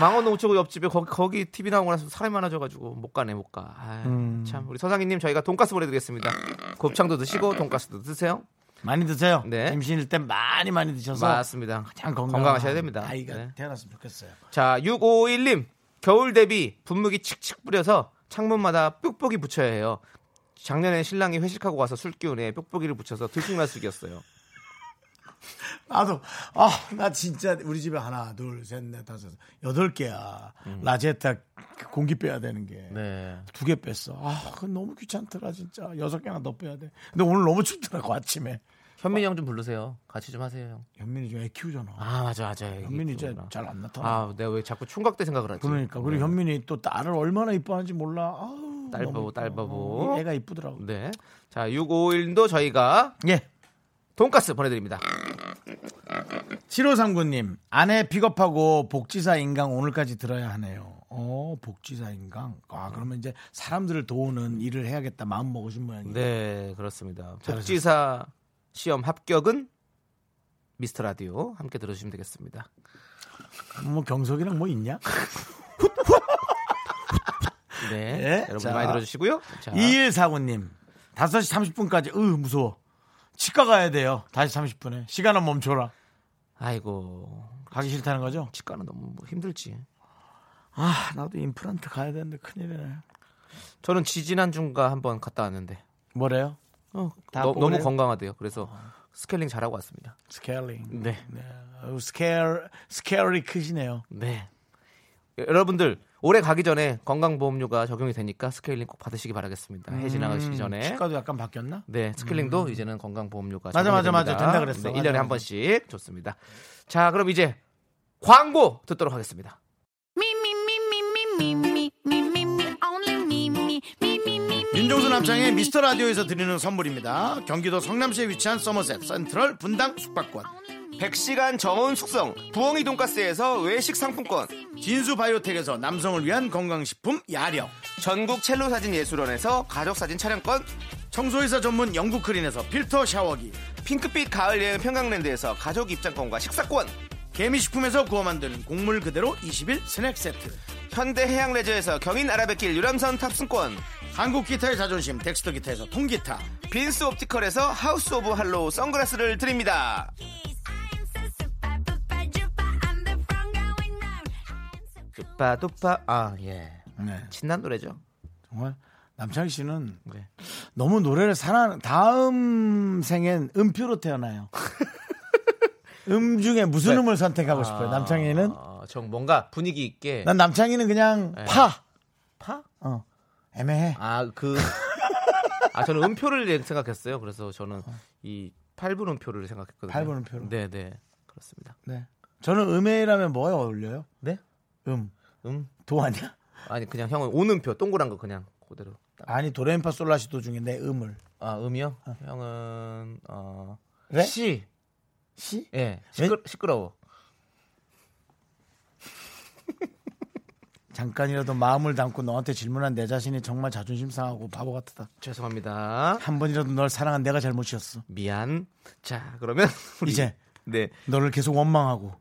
망원동 우체국 옆집에 거기 거기 TV 나오고 나서 사람이 많아져가지고 못 가네 못 가. 아, 음. 참 우리 서상희님 저희가 돈가스 보내드리겠습니다. 곱창도 드시고 돈가스도 드세요. 많이 드세요 네. 임신일 때 많이 많이 드셔서 맞습니다. 가장 건강하셔야 됩니다. 아이가 네. 태어났으면 좋겠어요 자, 6551님. 겨울 대비 분무기 칙칙 뿌려서 창문마다 뾱뾱이 붙여야 해요. 작년에 신랑이 회식하고 와서 술 기운에 뾱뾱이를 붙여서 들쑥날쑥이었어요. 나도 아 나 진짜 우리 집에 하나 둘 셋 넷 다섯 여덟 개야 라제타 그 공기 빼야 되는 게 두 개 음. 네. 뺐어 아 그건 너무 귀찮더라 진짜 여섯 개나 더 빼야 돼 근데 오늘 너무 춥더라고 아침에 현민이 형 좀 부르세요. 같이 좀 하세요, 형. 현민이 좀 애 키우잖아 아, 맞아, 맞아. 이게 현민이 이제 그거구나. 잘 안 나타나 아, 내가 왜 자꾸 총각대 생각을 하지? 그러니까 그리고 현민이 또 딸을 얼마나 이뻐하는지 몰라 아우 딸 너무 바보, 딸 이뻐. 바보. 애가 이쁘더라고 네. 자, 6551도 저희가 예 돈가스 보내드립니다. 7539님, 아내 픽업하고 복지사 인강 오늘까지 들어야 하네요. 어, 복지사 인강. 아, 그러면 이제 사람들을 도우는 일을 해야겠다 마음 먹으신 모양이에요. 네, 그렇습니다. 복지사 시험 합격은 미스터 라디오 함께 들어주시면 되겠습니다. 뭐 경석이랑 뭐 있냐? 네. 예, 여러분 자. 많이 들어주시고요. 자, 2149님, 5시 30분까지, 으, 무서워. 치과 가야 돼요. 다시 30분에. 시간은 멈춰라. 아이고 가기 싫다는 거죠? 치과는 너무 뭐 힘들지. 아, 나도 임플란트 가야 되는데 큰일이네. 저는 지지난 중과 한번 갔다 왔는데 뭐래요? 어, 다 너, 뽑으래요? 무 건강하대요. 그래서 스케일링 잘하고 왔습니다. 스케일링. 네, 네. 어우, 스케일, 스케일이 크시네요. 네. 여러분들 올해 가기 전에 건강보험료가 적용이 되니까 스케일링 꼭 받으시기 바라겠습니다. 음, 해 지나가시기 전에. 치과도 약간 바뀌었나? 네, 스케일링도 이제는 건강보험료가 음. 맞아, 적용이 맞아, 맞아. 됩니다. 된다 그랬어. 네, 맞아, 1년에 맞아. 한 번씩 좋습니다. 자, 그럼 이제 광고 듣도록 하겠습니다. 윤종수 남창의 미스터 라디오에서 드리는 선물입니다. 경기도 성남시에 위치한 서머셋 센트럴 분당 숙박권, 100시간 정원 숙성 부엉이 돈가스에서 외식 상품권 진수 바이오텍에서 남성을 위한 건강식품 야력. 전국 첼로 사진 예술원에서 가족 사진 촬영권 청소회사 전문 영국 크린에서 필터 샤워기. 핑크빛 가을 여행 평강랜드에서 가족 입장권과 식사권 개미식품에서 구워 만드는 곡물 그대로 20일 스낵 세트. 현대 해양 레저에서 경인 아라뱃길 유람선 탑승권 한국 기타의 자존심 덱스터 기타에서 통기타. 빈스 옵티컬에서 하우스 오브 할로우 선글라스를 드립니다 빠도빠 아예 네. 신난 노래죠 정말 남창희 씨는 네. 너무 노래를 사랑 다음 생엔 음표로 태어나요. 음 중에 무슨 음을 선택하고 싶어요? 남창희는 네. 아, 정 뭔가 분위기 있게 난 남창희는 그냥 네. 파. 파? 어. 애매해. 아, 그. 아, 저는 음표를 예- 생각했어요. 그래서 저는 이 8분 음표를 생각했거든요. 팔분 음표로? 네, 네. 그렇습니다. 네. 저는 음에라면 뭐에 어울려요? 네? 음. 음. 도 아니야? 아니, 그냥 형은 오음표, 동그란 거 그냥 그대로. 아니 도레미파 솔라시도 중에 내 음을. 아, 음이요? 형은, 어. 래? 시. 시? 예. 시끄, 시끄러워. 잠깐이라도 마음을 담고 너한테 질문한 내 자신이 정말 자존심 상하고 바보 같다. 죄송합니다. 한 번이라도 널 사랑한 내가 잘못이었어. 미안. 자, 그러면. 우리 이제 네. 너를 계속 원망하고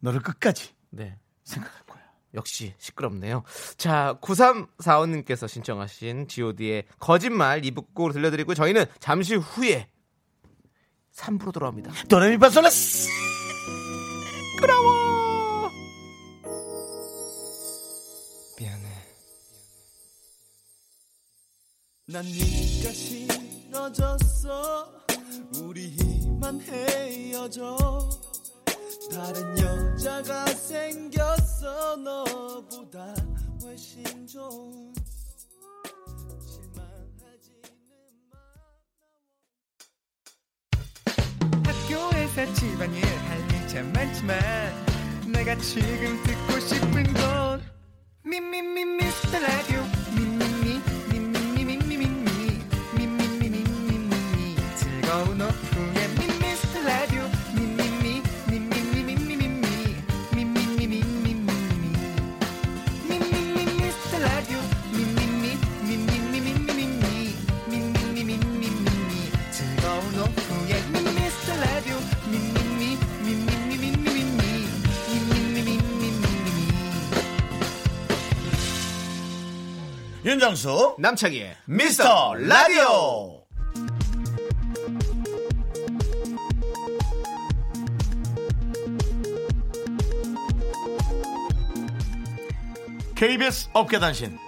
너를 끝까지 네. 생각할 거야. 역시 시끄럽네요. 자, 9345님께서 신청하신 god의 거짓말 이북곡 들려드리고 저희는 잠시 후에 3부로 돌아옵니다. 도레미파 솔라시. 미안해. 난 네가 싫어졌어 우리 이만 헤어져 다른 여자가 생겼어 너보다 훨씬 좋은 실망하지는 학교에서 집안일 할 일 참 많지만 내가 지금 듣고 싶은 건 미미미 미스터 라디오 미미미 미미미 미미미 미미미 미미미 즐거운 오후에 미스터 라디오 미미미 미미미 미미미 미미미 미미미 윤정수 남창희의 미스터 라디오 KBS 업계단신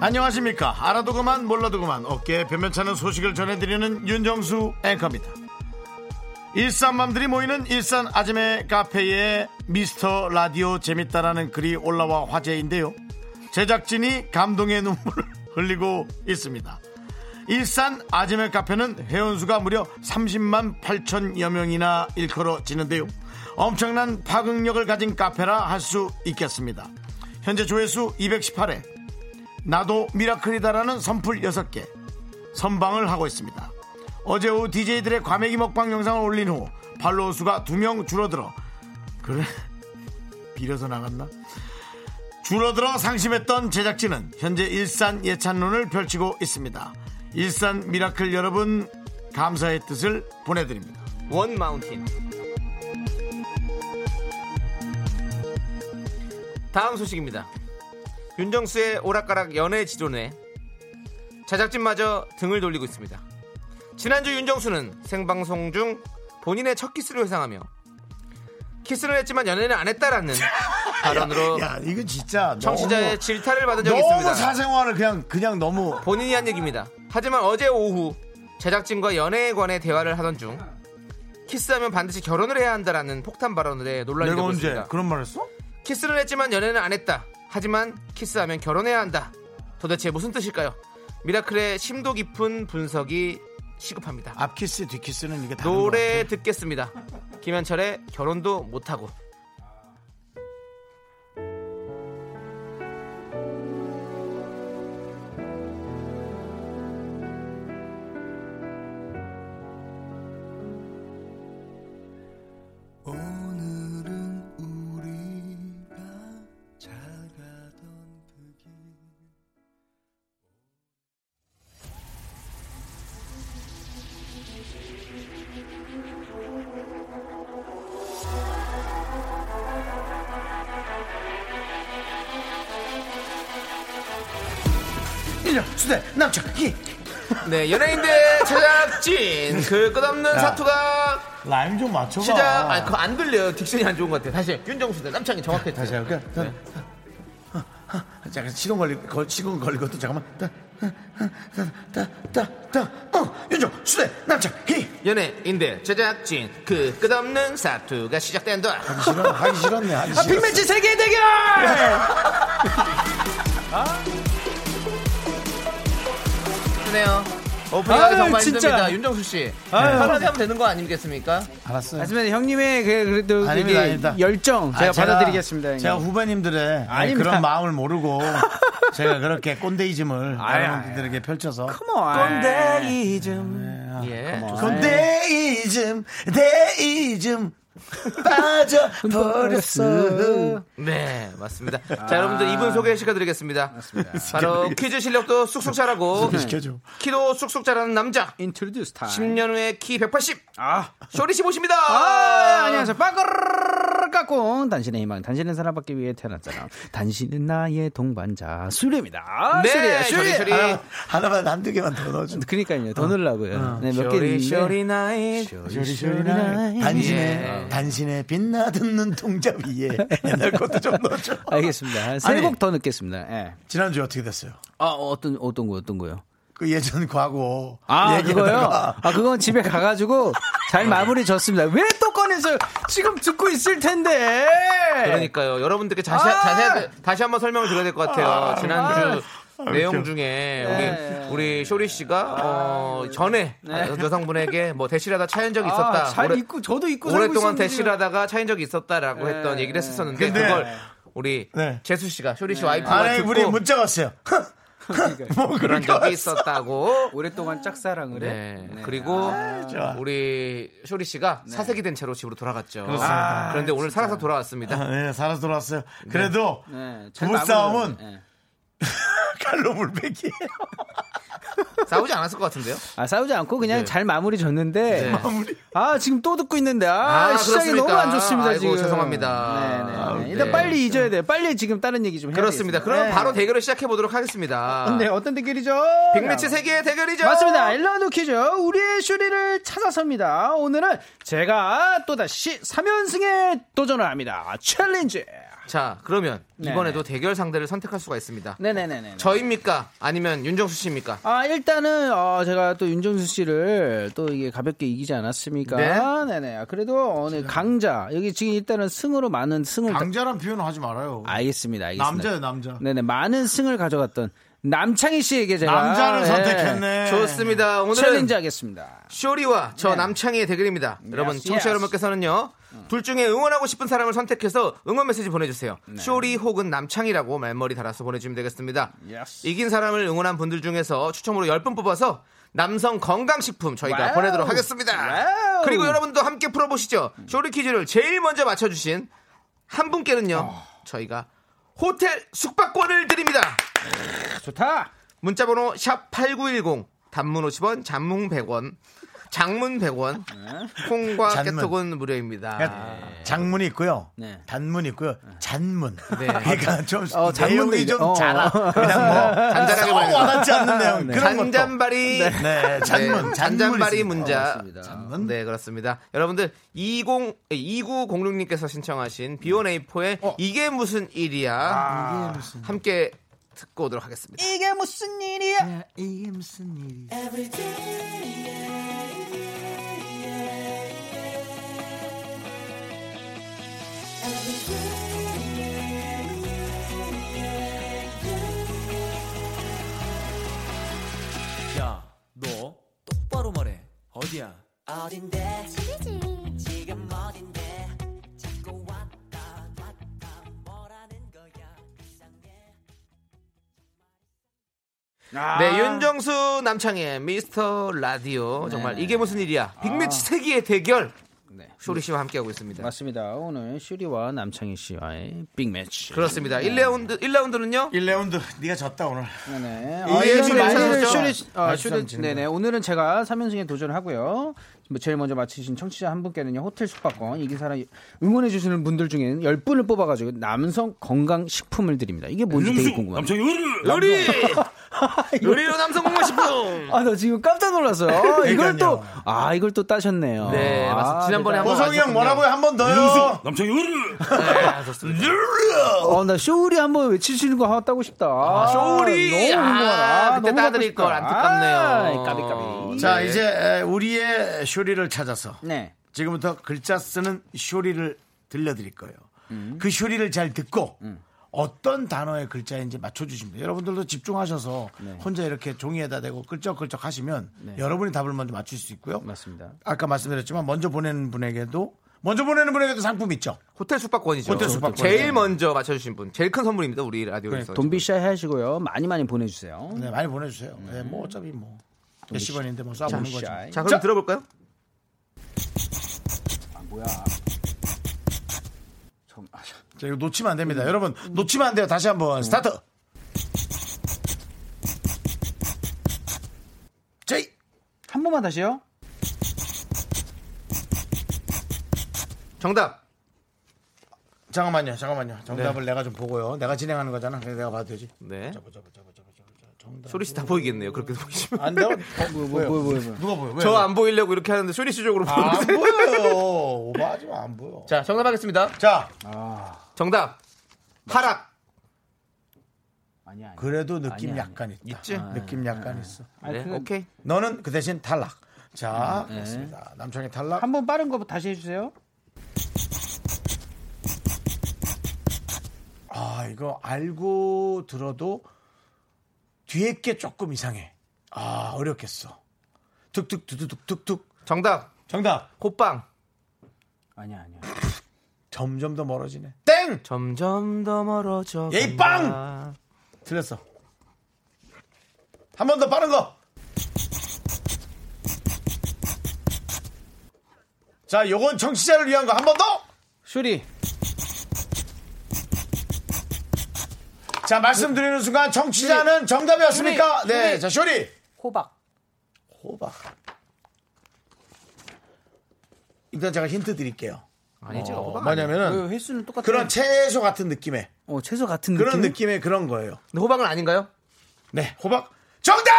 안녕하십니까 알아도 그만 몰라도 그만 어깨에 변변찮은 소식을 전해드리는 윤정수 앵커입니다 일산맘들이 모이는 일산 아지매 카페에 미스터 라디오 재밌다라는 글이 올라와 화제인데요. 제작진이 감동의 눈물을 흘리고 있습니다. 일산 아지매 카페는 회원수가 무려 30만 8천여 명이나 일컬어지는데요. 엄청난 파급력을 가진 카페라 할 수 있겠습니다. 현재 조회수 218회. 나도 미라클이다라는 선풀 6개. 선방을 하고 있습니다. 어제 오후 DJ들의 과메기 먹방 영상을 올린 후 팔로워 수가 2명 줄어들어 그래 빌어서 나갔나? 줄어들어 상심했던 제작진은 현재 일산 예찬론을 펼치고 있습니다. 일산 미라클 여러분 감사의 뜻을 보내드립니다. 원 마운틴. 다음 소식입니다. 윤정수의 오락가락 연애 지존에 제작진마저 등을 돌리고 있습니다. 지난주 윤정수는 생방송 중 본인의 첫 키스를 회상하며 키스를 했지만 연애는 안 했다라는 발언으로 야 이건 진짜 청취자의 질타를 받은 적이 너무, 있습니다. 너무 사생활을 그냥 그냥 너무 본인이 한 얘기입니다. 하지만 어제 오후 제작진과 연애에 관해 대화를 하던 중 키스하면 반드시 결혼을 해야 한다라는 폭탄 발언에 논란이 내가 되고 언제 있습니다. 그런 말했어? 키스를 했지만 연애는 안 했다. 하지만 키스하면 결혼해야 한다. 도대체 무슨 뜻일까요? 미라클의 심도 깊은 분석이 시급합니다. 앞 키스 뒤 키스는 이게 아, 다른 것 노래 듣겠습니다. 김현철의 결혼도 못하고 같아. 실력 수대 남창희 네, 연예인대 제작진 그 끝없는 야. 어. 사투가 라임 좀 맞춰봐 시작. 아, 그거 안 들려요. 딕션이 안 좋은 것 같아. 다시 윤정수 대 남창이 정확해. 다시 할까 네. 잠깐 시동 걸리 걸 시동 걸리거든 잠깐만 따따따따어 윤종 수대 남창희 연예인대 제작진 그 끝없는 사투가 시작된다. 싫어 하기 싫었네 하기 싫어 빅매치 세계 대결. 힘드네요. 오프닝하기 아유, 정말 진짜. 힘듭니다. 윤정수 씨. 아유. 편하게 하면 되는 거 아니겠습니까? 알았어요 하지만 형님의 그 그래도 아닙니다, 이게 아닙니다. 열정 제가 아, 받아드리겠습니다. 형님. 제가 후배님들의 아닙니다. 그런 마음을 모르고 제가 그렇게 꼰대이즘을 여러분들에게 펼쳐서 컴온. 예. 꼰대이즘 대이즘 빠져버렸어 네, 맞습니다. 자, 여러분들 이분 소개 시켜드리겠습니다. 바로 퀴즈 실력도 쑥쑥 자라고 시켜줘 키도 쑥쑥 자라는 남자. 인트로듀스 타임. 10년 후에 키 180. 아. 쇼리 씨 모십니다. 아, 안녕하세요. 빠그르르 까꿍. 단신의 희망. 단신은 사랑받기 위해 태어난 사람. 단신은 나의 동반자. 수리입니다. 네, 쇼리 수리. 쇼리. 하나, 하나만 한두 개만 더 넣어줘 그니까요. 더 넣으려고요. 네, 몇 개 있는데. 쇼리 쇼리 나이. 쇼리 음. 쇼리나 단신의 예. 단신의 빛나는 눈동자 위에 옛날 것도 좀 넣어줘. 알겠습니다. 아니. 세곡 더 넣겠습니다. 예. 지난주 어떻게 됐어요? 아, 어떤 어떤 거 어떤 거요? 그 예전 과거 아, 그거요? 얘기하다가 아, 그건 집에 가가지고 잘 마무리 졌습니다. 왜 또 꺼내서 지금 듣고 있을 텐데! 네, 그러니까요. 여러분들께 자세, 아! 자세, 다시 한번 설명을 드려야 될 것 같아요. 지난주 내용 아, 웃겨. 중에 네. 우리, 우리 쇼리 씨가 어, 전에 여성분에게 뭐 대시하다 차인 적이 있었다. 아, 잘 오래- 입고, 저도 입고 살고 오랫동안 있었는데요. 대시하다가 차인 적이 있었다라고 네. 했던 얘기를 했었었는데 근데- 그걸 우리 네. 재수 씨가 쇼리 씨 와이프가 아래 듣고 우리 문자 왔어요. 뭐 그런 그런 거 적이 왔어. 있었다고. 오랫동안 짝사랑을 네. 해. 네. 그리고 좋아. 우리 쇼리 씨가 사색이 된 채로 집으로 돌아갔죠. 그런데 오늘 살아서 돌아왔습니다. 아, 네, 살아서 돌아왔어요. 그래도 네, 잘 부부 싸움은 마무리를- 네. 칼로 물베기. 싸우지 않았을 것 같은데요? 아, 싸우지 않고 그냥 잘 마무리 졌는데. 네. 아, 지금 또 듣고 있는데. 아, 아, 시작이 그렇습니까? 너무 안 좋습니다, 아이고, 지금. 죄송합니다. 네, 네, 네. 아, 일단 네. 빨리 잊어야 돼요. 빨리 지금 다른 얘기 좀 해야 음, 그렇습니다. 되겠습니다. 그럼 네. 바로 대결을 시작해 보도록 하겠습니다. 네, 어떤 대결이죠? 빅매치 세계의 대결이죠. 맞습니다. 일라운드 퀴즈. 우리의 쇼리를 찾아섭니다. 오늘은 제가 또다시 3연승에 도전을 합니다. 챌린지. 자, 그러면 네. 이번에도 대결 상대를 선택할 수가 있습니다. 네네네네. 저입니까? 아니면 윤정수 씨입니까? 아, 일단은, 어, 제가 또 윤정수 씨를 또 이게 가볍게 이기지 않았습니까? 네. 네 그래도 오늘 강자. 여기 지금 일단은 승으로 많은 승을. 다- 강자란 표현을 하지 말아요. 알겠습니다. 알겠습니다. 남자요 남자. 네네. 많은 승을 가져갔던 남창희 씨에게 제가. 남자를 네, 선택했네. 좋습니다. 오늘은 챌린지 하겠습니다. 쇼리와 저 남창희의 대결입니다. 여러분, 청취자 yes. 여러분께서는요. 둘 중에 응원하고 싶은 사람을 선택해서 응원 메시지 보내주세요. 네. 쇼리 혹은 남창이라고 말머리 달아서 보내주시면 되겠습니다. Yes. 이긴 사람을 응원한 분들 중에서 추첨으로 10분 뽑아서 남성 건강식품 저희가 와우. 보내도록 아, 하겠습니다. 와우. 그리고 여러분도 함께 풀어보시죠. 쇼리 퀴즈를 제일 먼저 맞춰주신 한 분께는요. 어. 저희가 호텔 숙박권을 드립니다. 좋다. 문자번호 샵8910 단문 50원 장문 100원 장문 100원 네. 콩과 잔문. 깨톡은 무료입니다 그러니까 장문이 있고요. 아, 예. 네. 단문이 있고요. 잔문. 네. 그러니까 좀 어, 잔문도 내용이 있죠. 좀 어. 자라. 그냥 뭐 잔잔하게 썩 보내는 와닿지 않는 내용. 네. 그런 것도. 잔잔바리 네, 잔문, 잔문 잔잔바리 있습니다. 어. 문자 맞습니다. 잔문? 네 그렇습니다 여러분들 20, 2906님께서 신청하신 B1A4의 이게 무슨 일이야 함께 듣고 오도록 하겠습니다 네. 야너 똑바로 말해 어디야 아. 아. 네, 윤정수 남창의 미스터 라디오 정말 이게 무슨 일이야? 빅매치 세기의 대결. 네. 쇼리 씨와 함께 하고 있습니다. 맞습니다. 오늘 슈리와 남창희 씨와의 빅매치. 그렇습니다. 1라운드 1라운드는요? 1라운드 네가 졌다 오늘. 네네. 아, 이게 좀 오늘 많이 슈리, 하셨죠? 어, 말씀 슈리, 지금. 네네. 오늘은 제가 3연승에 도전하고요. 뭐 제일 먼저 맞히신 청취자 한 분께는요, 호텔 숙박권, 이긴 사람 응원해주시는 분들 중에는 10분을 뽑아가지고 남성 건강식품을 드립니다. 이게 뭔지 되게 궁금합니다. 우리 의리로 남성 공간 식품. 아, 나 지금 깜짝 놀랐어요. 이걸 또, 그러니까요. 아, 이걸 또 따셨네요. 네, 맞습니다. 아, 지난번에 대단- 한번 보성이 형 뭐라고요? 한 번 더요. 남창이 으르! 네, 좋습니다. 어, 나 쇼리 한번 외치시는 거 하고 싶다. 아, 쇼리! 너무 궁금하다. 아, 그때 너무 갖고 따드릴 싶다. 걸 안타깝네요. 아, 까비까비. 자 이제 에, 우리의 쇼리를 찾아서 네. 지금부터 글자 쓰는 쇼리를 들려드릴 거예요. 음. 그 쇼리를 잘 듣고 어떤 단어의 글자인지 맞춰주시면 돼요. 여러분들도 집중하셔서 네. 혼자 이렇게 종이에다 대고 끌적끌적 하시면 여러분이 답을 먼저 맞출 수 있고요. 맞습니다. 아까 말씀드렸지만 먼저 보내는 분에게도 먼저 보내는 분에게도 상품 있죠. 호텔 숙박권이죠. 호텔 숙박권. 제일 먼저 맞춰주신 분, 제일 큰 선물입니다. 우리 라디오에서. 네, 돈비샤 하시고요. 많이 많이 보내주세요. 네, 많이 보내주세요. 네, 뭐 어차피 뭐 몇십 원인데 뭐 쏴보는 거죠. 샤이. 자, 그럼 들어볼까요? 자, 이거 놓치면 안 됩니다. 여러분 놓치면 안 돼요. 다시 한번 스타트. 제이 한 번만 다시요. 정답. 잠깐만요, 잠깐만요. 정답을 내가 좀 보고요. 내가 진행하는 거잖아. 그래서 내가 봐도 되지. 네. 보자, 보자, 보자, 보자, 보자. 정답. 쇼리 씨 다 보이겠네요. 그렇게 보시면. 안 돼요? 어, 뭐, 뭐야, 뭐야, 뭐야. 누가 보여? 왜? 아. 저 안 보이려고 이렇게 하는데 쇼리 씨 쪽으로 보 안 세요 보여요. 오버하지 마, 안 보여. 자, 정답하겠습니다. 자, 정답. 파락. 아니, 아니. 그래도 느낌 아니야, 약간 있다. 있지? 느낌 약간 있어. 네, 오케이. 너는 그 대신 탈락. 자, 그렇습니다. 남창이 탈락. 한 번 빠른 거뭐 다시 해주세요. 아, 이거 알고 들어도 뒤에 게 조금 이상해. 아, 어렵겠어. 툭툭 두두둑 툭툭. 정답. 정답. 호빵. 아니야, 아니야. 점점 더 멀어지네. 땡! 점점 더 멀어져. 예이, 간다. 틀렸어. 한 번 더 빠른 거. 자, 요건 청취자를 위한 거 한 번 더. 쇼리. 자, 말씀드리는 순간 청취자는 정답이었습니까? 쇼리, 네, 쇼리. 자, 쇼리. 호박. 호박. 일단 제가 힌트 드릴게요. 아니죠. 네. 어, 호박. 뭐냐면은 횟수는 똑같아. 그런 채소 같은 느낌의 어, 채소 같은 그런 느낌. 느낌의 그런 거예요. 근데 호박은 아닌가요? 네, 호박 정답!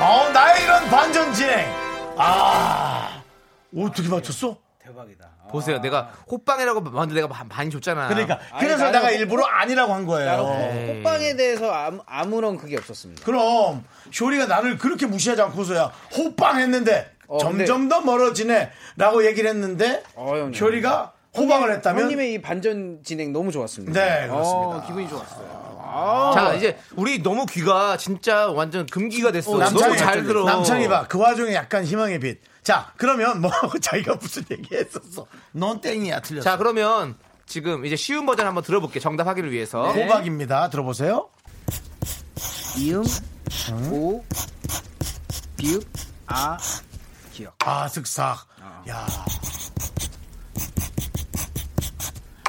어, 나의 이런 반전 진행. 아, 어떻게 맞췄어? 보세요. 내가 호빵이라고 먼저 내가 반- 많이 줬잖아. 아. 그러니까 아니, 그래서 나는 내가 호박- 일부러 아니라고 한 거예요. 나는 호빵에 대해서 아무, 아무런 그게 없었습니다. 그럼 쇼리가 나를 그렇게 무시하지 않고서야 호빵 했는데 어, 근데- 점점 더 멀어지네라고 얘기를 했는데 어, 형님. 쇼리가 호박을 했다면 형님의 이 반전 진행 너무 좋았습니다. 네, 그렇습니다. 어, 기분이 좋았어요. 자, 이제 우리 너무 귀가 진짜 완전 금귀가 됐어. 너무 남창이 잘 들어. 남창이 봐. 그 와중에 약간 희망의 빛. 자, 그러면 뭐 자기가 무슨 얘기했었어? 넌 땡이야 틀렸어. 자, 그러면 지금 이제 쉬운 버전 한번 들어볼게. 정답 하기를 위해서. 네. 호박입니다. 들어보세요. 이음, 오, 비읍, 아, 기억. 아, 슥싹. 야.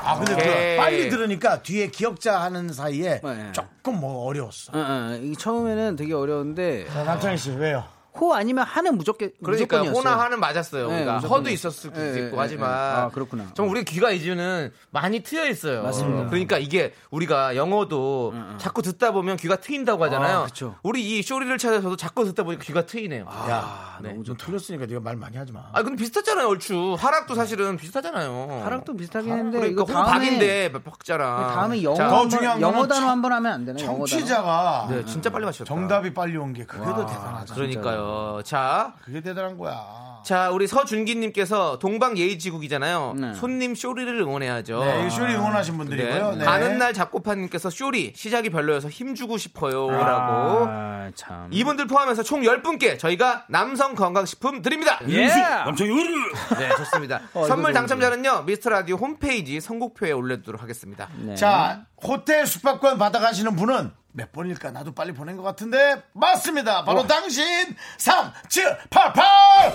아, 근데 오케이. 그 빨리 들으니까 뒤에 기억자 하는 사이에 네. 조금 뭐 어려웠어. 어, 어, 이게 처음에는 되게 어려운데 자, 남창희 씨 왜요? 호 아니면 하는 무조건 그러니까 무조건이었어요. 호나 하는 맞았어요. 네, 우리가 무조건이었어요. 허도 있었을 수도 네, 있고 네, 하지만 네, 네. 아, 그렇구나. 좀 우리 귀가 이제는 많이 트여 있어요. 맞습니다. 음, 그러니까 이게 우리가 영어도 자꾸 듣다 보면 귀가 트인다고 하잖아요. 아, 그쵸. 우리 이 쇼리를 찾아서도 자꾸 듣다 보니까 귀가 트이네요. 아, 야, 너 어, 틀렸으니까 네가 말 많이 하지 마. 근데 비슷하잖아요. 얼추 하락도 사실은 비슷하잖아요. 하락도 비슷하긴 했는데 그러니까 이거 다음에 호박인데 박자랑 그 다음에 영어 자, 더 한번, 중요한 거는 영어 단어 청- 한 번 하면 안 되나? 영어 단어? 청취자가 네, 진짜 빨리 맞췄다. 정답이 빨리 온 게 그게 더 대단하잖아. 그러니까요. 자, 그게 대단한 아, 거야. 자 우리 서준기님께서 동방 예의지국이잖아요. 네. 손님 쇼리를 응원해야죠. 네, 이 쇼리 응원하신 네. 분들이고요. 네. 가는 날 작고파님께서 쇼리 시작이 별로여서 힘주고 싶어요라고 네. 아, 참. 이분들 포함해서 총 10분께 저희가 남성 건강식품 드립니다. 예! 남창이 으르! 네, 좋습니다. 어, 선물 당첨자는요. 미스터 라디오 홈페이지 선곡표에 올려두도록 하겠습니다. 네. 자, 호텔 숙박권 받아가시는 분은 몇 번일까? 나도 빨리 보낸 것 같은데 맞습니다. 바로 당신 3788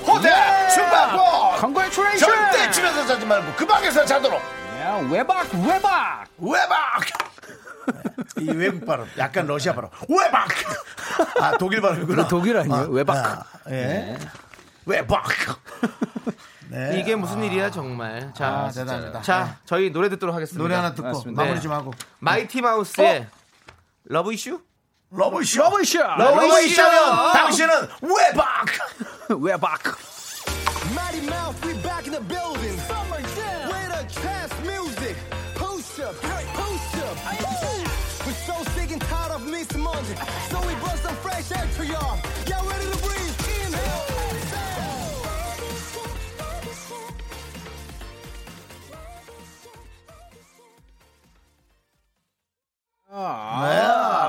호텔 예! 아, 숙박권 광고의 출연이죠. 절대 집에서 자지 말고 그 방에서 자도록 외박 외박. 외박 네, 이 외국 발음 약간 러시아 발음 외박 아 독일 발음이구나 예. 독일 아니에요? 외박. 아, 예. 외박 네. 이게 무슨 일이야 정말. 자, 아, 대단합니다. 자, 네. 저희 노래 듣도록 하겠습니다. 노래 하나 듣고 어? 맞습니다. 마무리 네. 좀 하고. 마이티 마우스의 러브 이슈? 러브쇼! 러브쇼! 러브쇼! 당신은 왜 박! 왜 막? Mighty Mouse, we back in the building. Summer jam. With the trance music. Push up, great push up. Woo! We're so sick and tired of mixing money. So we brought some fresh air to y'all. Y'all ready to breathe? Inhale.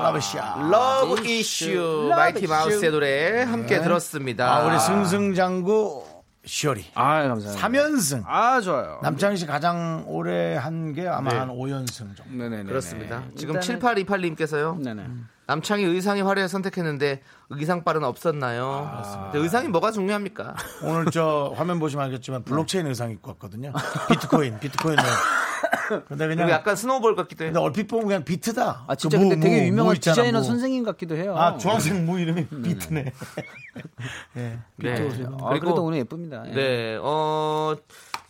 러브쇼. 러브 이슈 마이티 마우스의 네. 노래 함께 들었습니다. 아, 우리 승승장구 시오리. 아 감사합니다. 3연승. 아 좋아요. 남창희 씨 가장 오래 한 게 아마 한 5연승 정도. 네네네. 그렇습니다. 지금 7828님께서요. 네네. 남창이 의상이 화려해 선택했는데 의상빨은 없었나요? 근데 의상이 뭐가 중요합니까? 오늘 저 화면 보시면 알겠지만 블록체인 의상 입고 왔거든요. 비트코인, 비트코인. 근데 그냥 그리고 약간 스노우볼 같기도 해요. 근데 얼핏 보면 그냥 비트다. 아 진짜 그 무, 근데 되게 무, 유명한 무 있잖아, 디자이너 무. 선생님 어. 같기도 해요. 아, 주황색 무 이름이 비트네. 예. 네. 아, 그래도 오늘 예쁩니다. 예. 네, 어,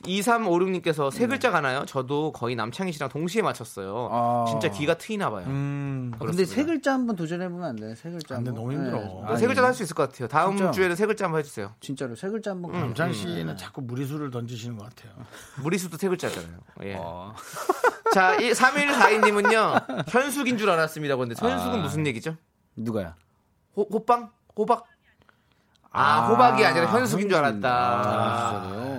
2356님께서 세 글자 가나요? 저도 거의 남창희 씨랑 동시에 맞췄어요. 아. 진짜 귀가 트이나 봐요. 음. 아, 근데 세 글자 한번 도전해 보면 안 돼? 세 글자. 안 돼, 한번. 아, 너무 힘들어. 아, 네, 세 예. 글자도 할 수 있을 것 같아요. 다음 진짜? 주에는 세 글자 한번 해주세요. 진짜로 세 글자 음. 한번. 가보자. 남창희 씨는 자꾸 무리수를 던지시는 것 같아요. 무리수도 세 글자잖아요. 예. 자, 이 3142님은요, 현숙인 줄 알았습니다. 근데 현숙은 무슨 얘기죠? 누가야? 호, 호빵? 호박? 아, 호박이 아니라 현숙인 줄 알았다.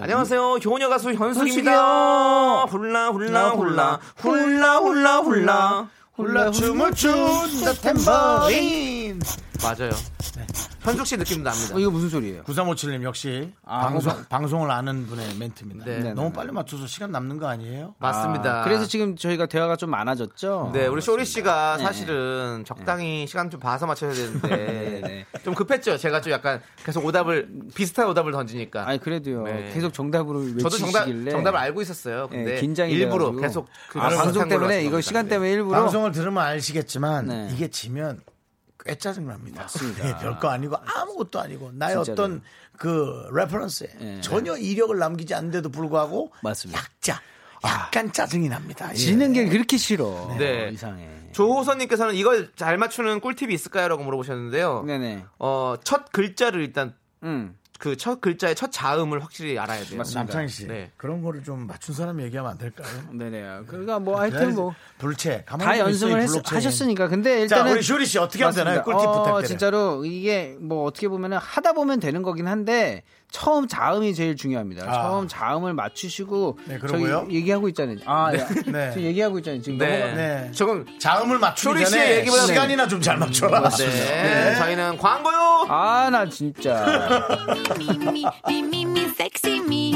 안녕하세요. 효녀 가수 현숙입니다. 훌라 훌라 훌라 훌라 훌라 훌라 훌라 춤을 춘다 템버린. 맞아요. 현숙 씨 느낌도 납니다. 어, 이거 무슨 소리예요? 9357님 역시 아, 방송, 방송을 아는 분의 멘트입니다. 네. 너무 빨리 맞춰서 시간 남는 거 아니에요? 맞습니다. 그래서 지금 저희가 대화가 좀 많아졌죠. 네, 우리 쇼리 씨가 네. 사실은 적당히 시간 좀 봐서 맞춰야 되는데 좀 급했죠. 제가 좀 약간 계속 오답을 비슷한 오답을 던지니까. 아니 그래도요. 네. 계속 정답으로 외치시길래. 네, 저도 정답 정답을 알고 있었어요. 근데 긴장이 일부러 돼가지고. 계속 그 아, 방송 비슷한 걸로 때문에 하신 이거 겁니다. 시간 네. 때문에 일부러. 방송을 들으면 아시겠지만 네. 이게 지면 꽤 짜증납니다. 맞습니다. 별거 아니고 아무것도 아니고 나의 진짜로요. 어떤 그 레퍼런스에 예. 전혀 이력을 남기지 않는데도 불구하고 맞습니다. 아. 약자 약간 짜증이 납니다. 예. 지는 게 그렇게 싫어. 네. 이상해. 조호선님께서는 이걸 잘 맞추는 꿀팁이 있을까요?라고 물어보셨는데요. 네네. 어, 첫 글자를 일단 음. 그 첫 글자의 첫 자음을 확실히 알아야 돼요. 남창희 씨 네. 그런 거를 좀 맞춘 사람이 얘기하면 안 될까요? 네네. 그러니까 뭐 하여튼 뭐. 불체 가만히 다 좀 연습을 있어요, 했, 블록체인. 하셨으니까 근데 자 일단은 우리 쇼리 씨 어떻게 하면 되나요? 꿀팁 어, 부탁드려요. 진짜로 이게 뭐 어떻게 보면 하다 보면 되는 거긴 한데 처음 자음이 제일 중요합니다. 아. 처음 자음을 맞추시고 네, 저희 그러고요. 얘기하고 있잖아요. 아, 네. 네. 지금 얘기하고 있잖아요. 지금 네. 넘어가- 네. 저건 자음을 맞추기 쇼리 씨의 전에 얘기보다 시간이나 좀 잘 맞춰라. 음, 네. 저희는 광고요. 아, 나 진짜. 미미 미미미 섹시 미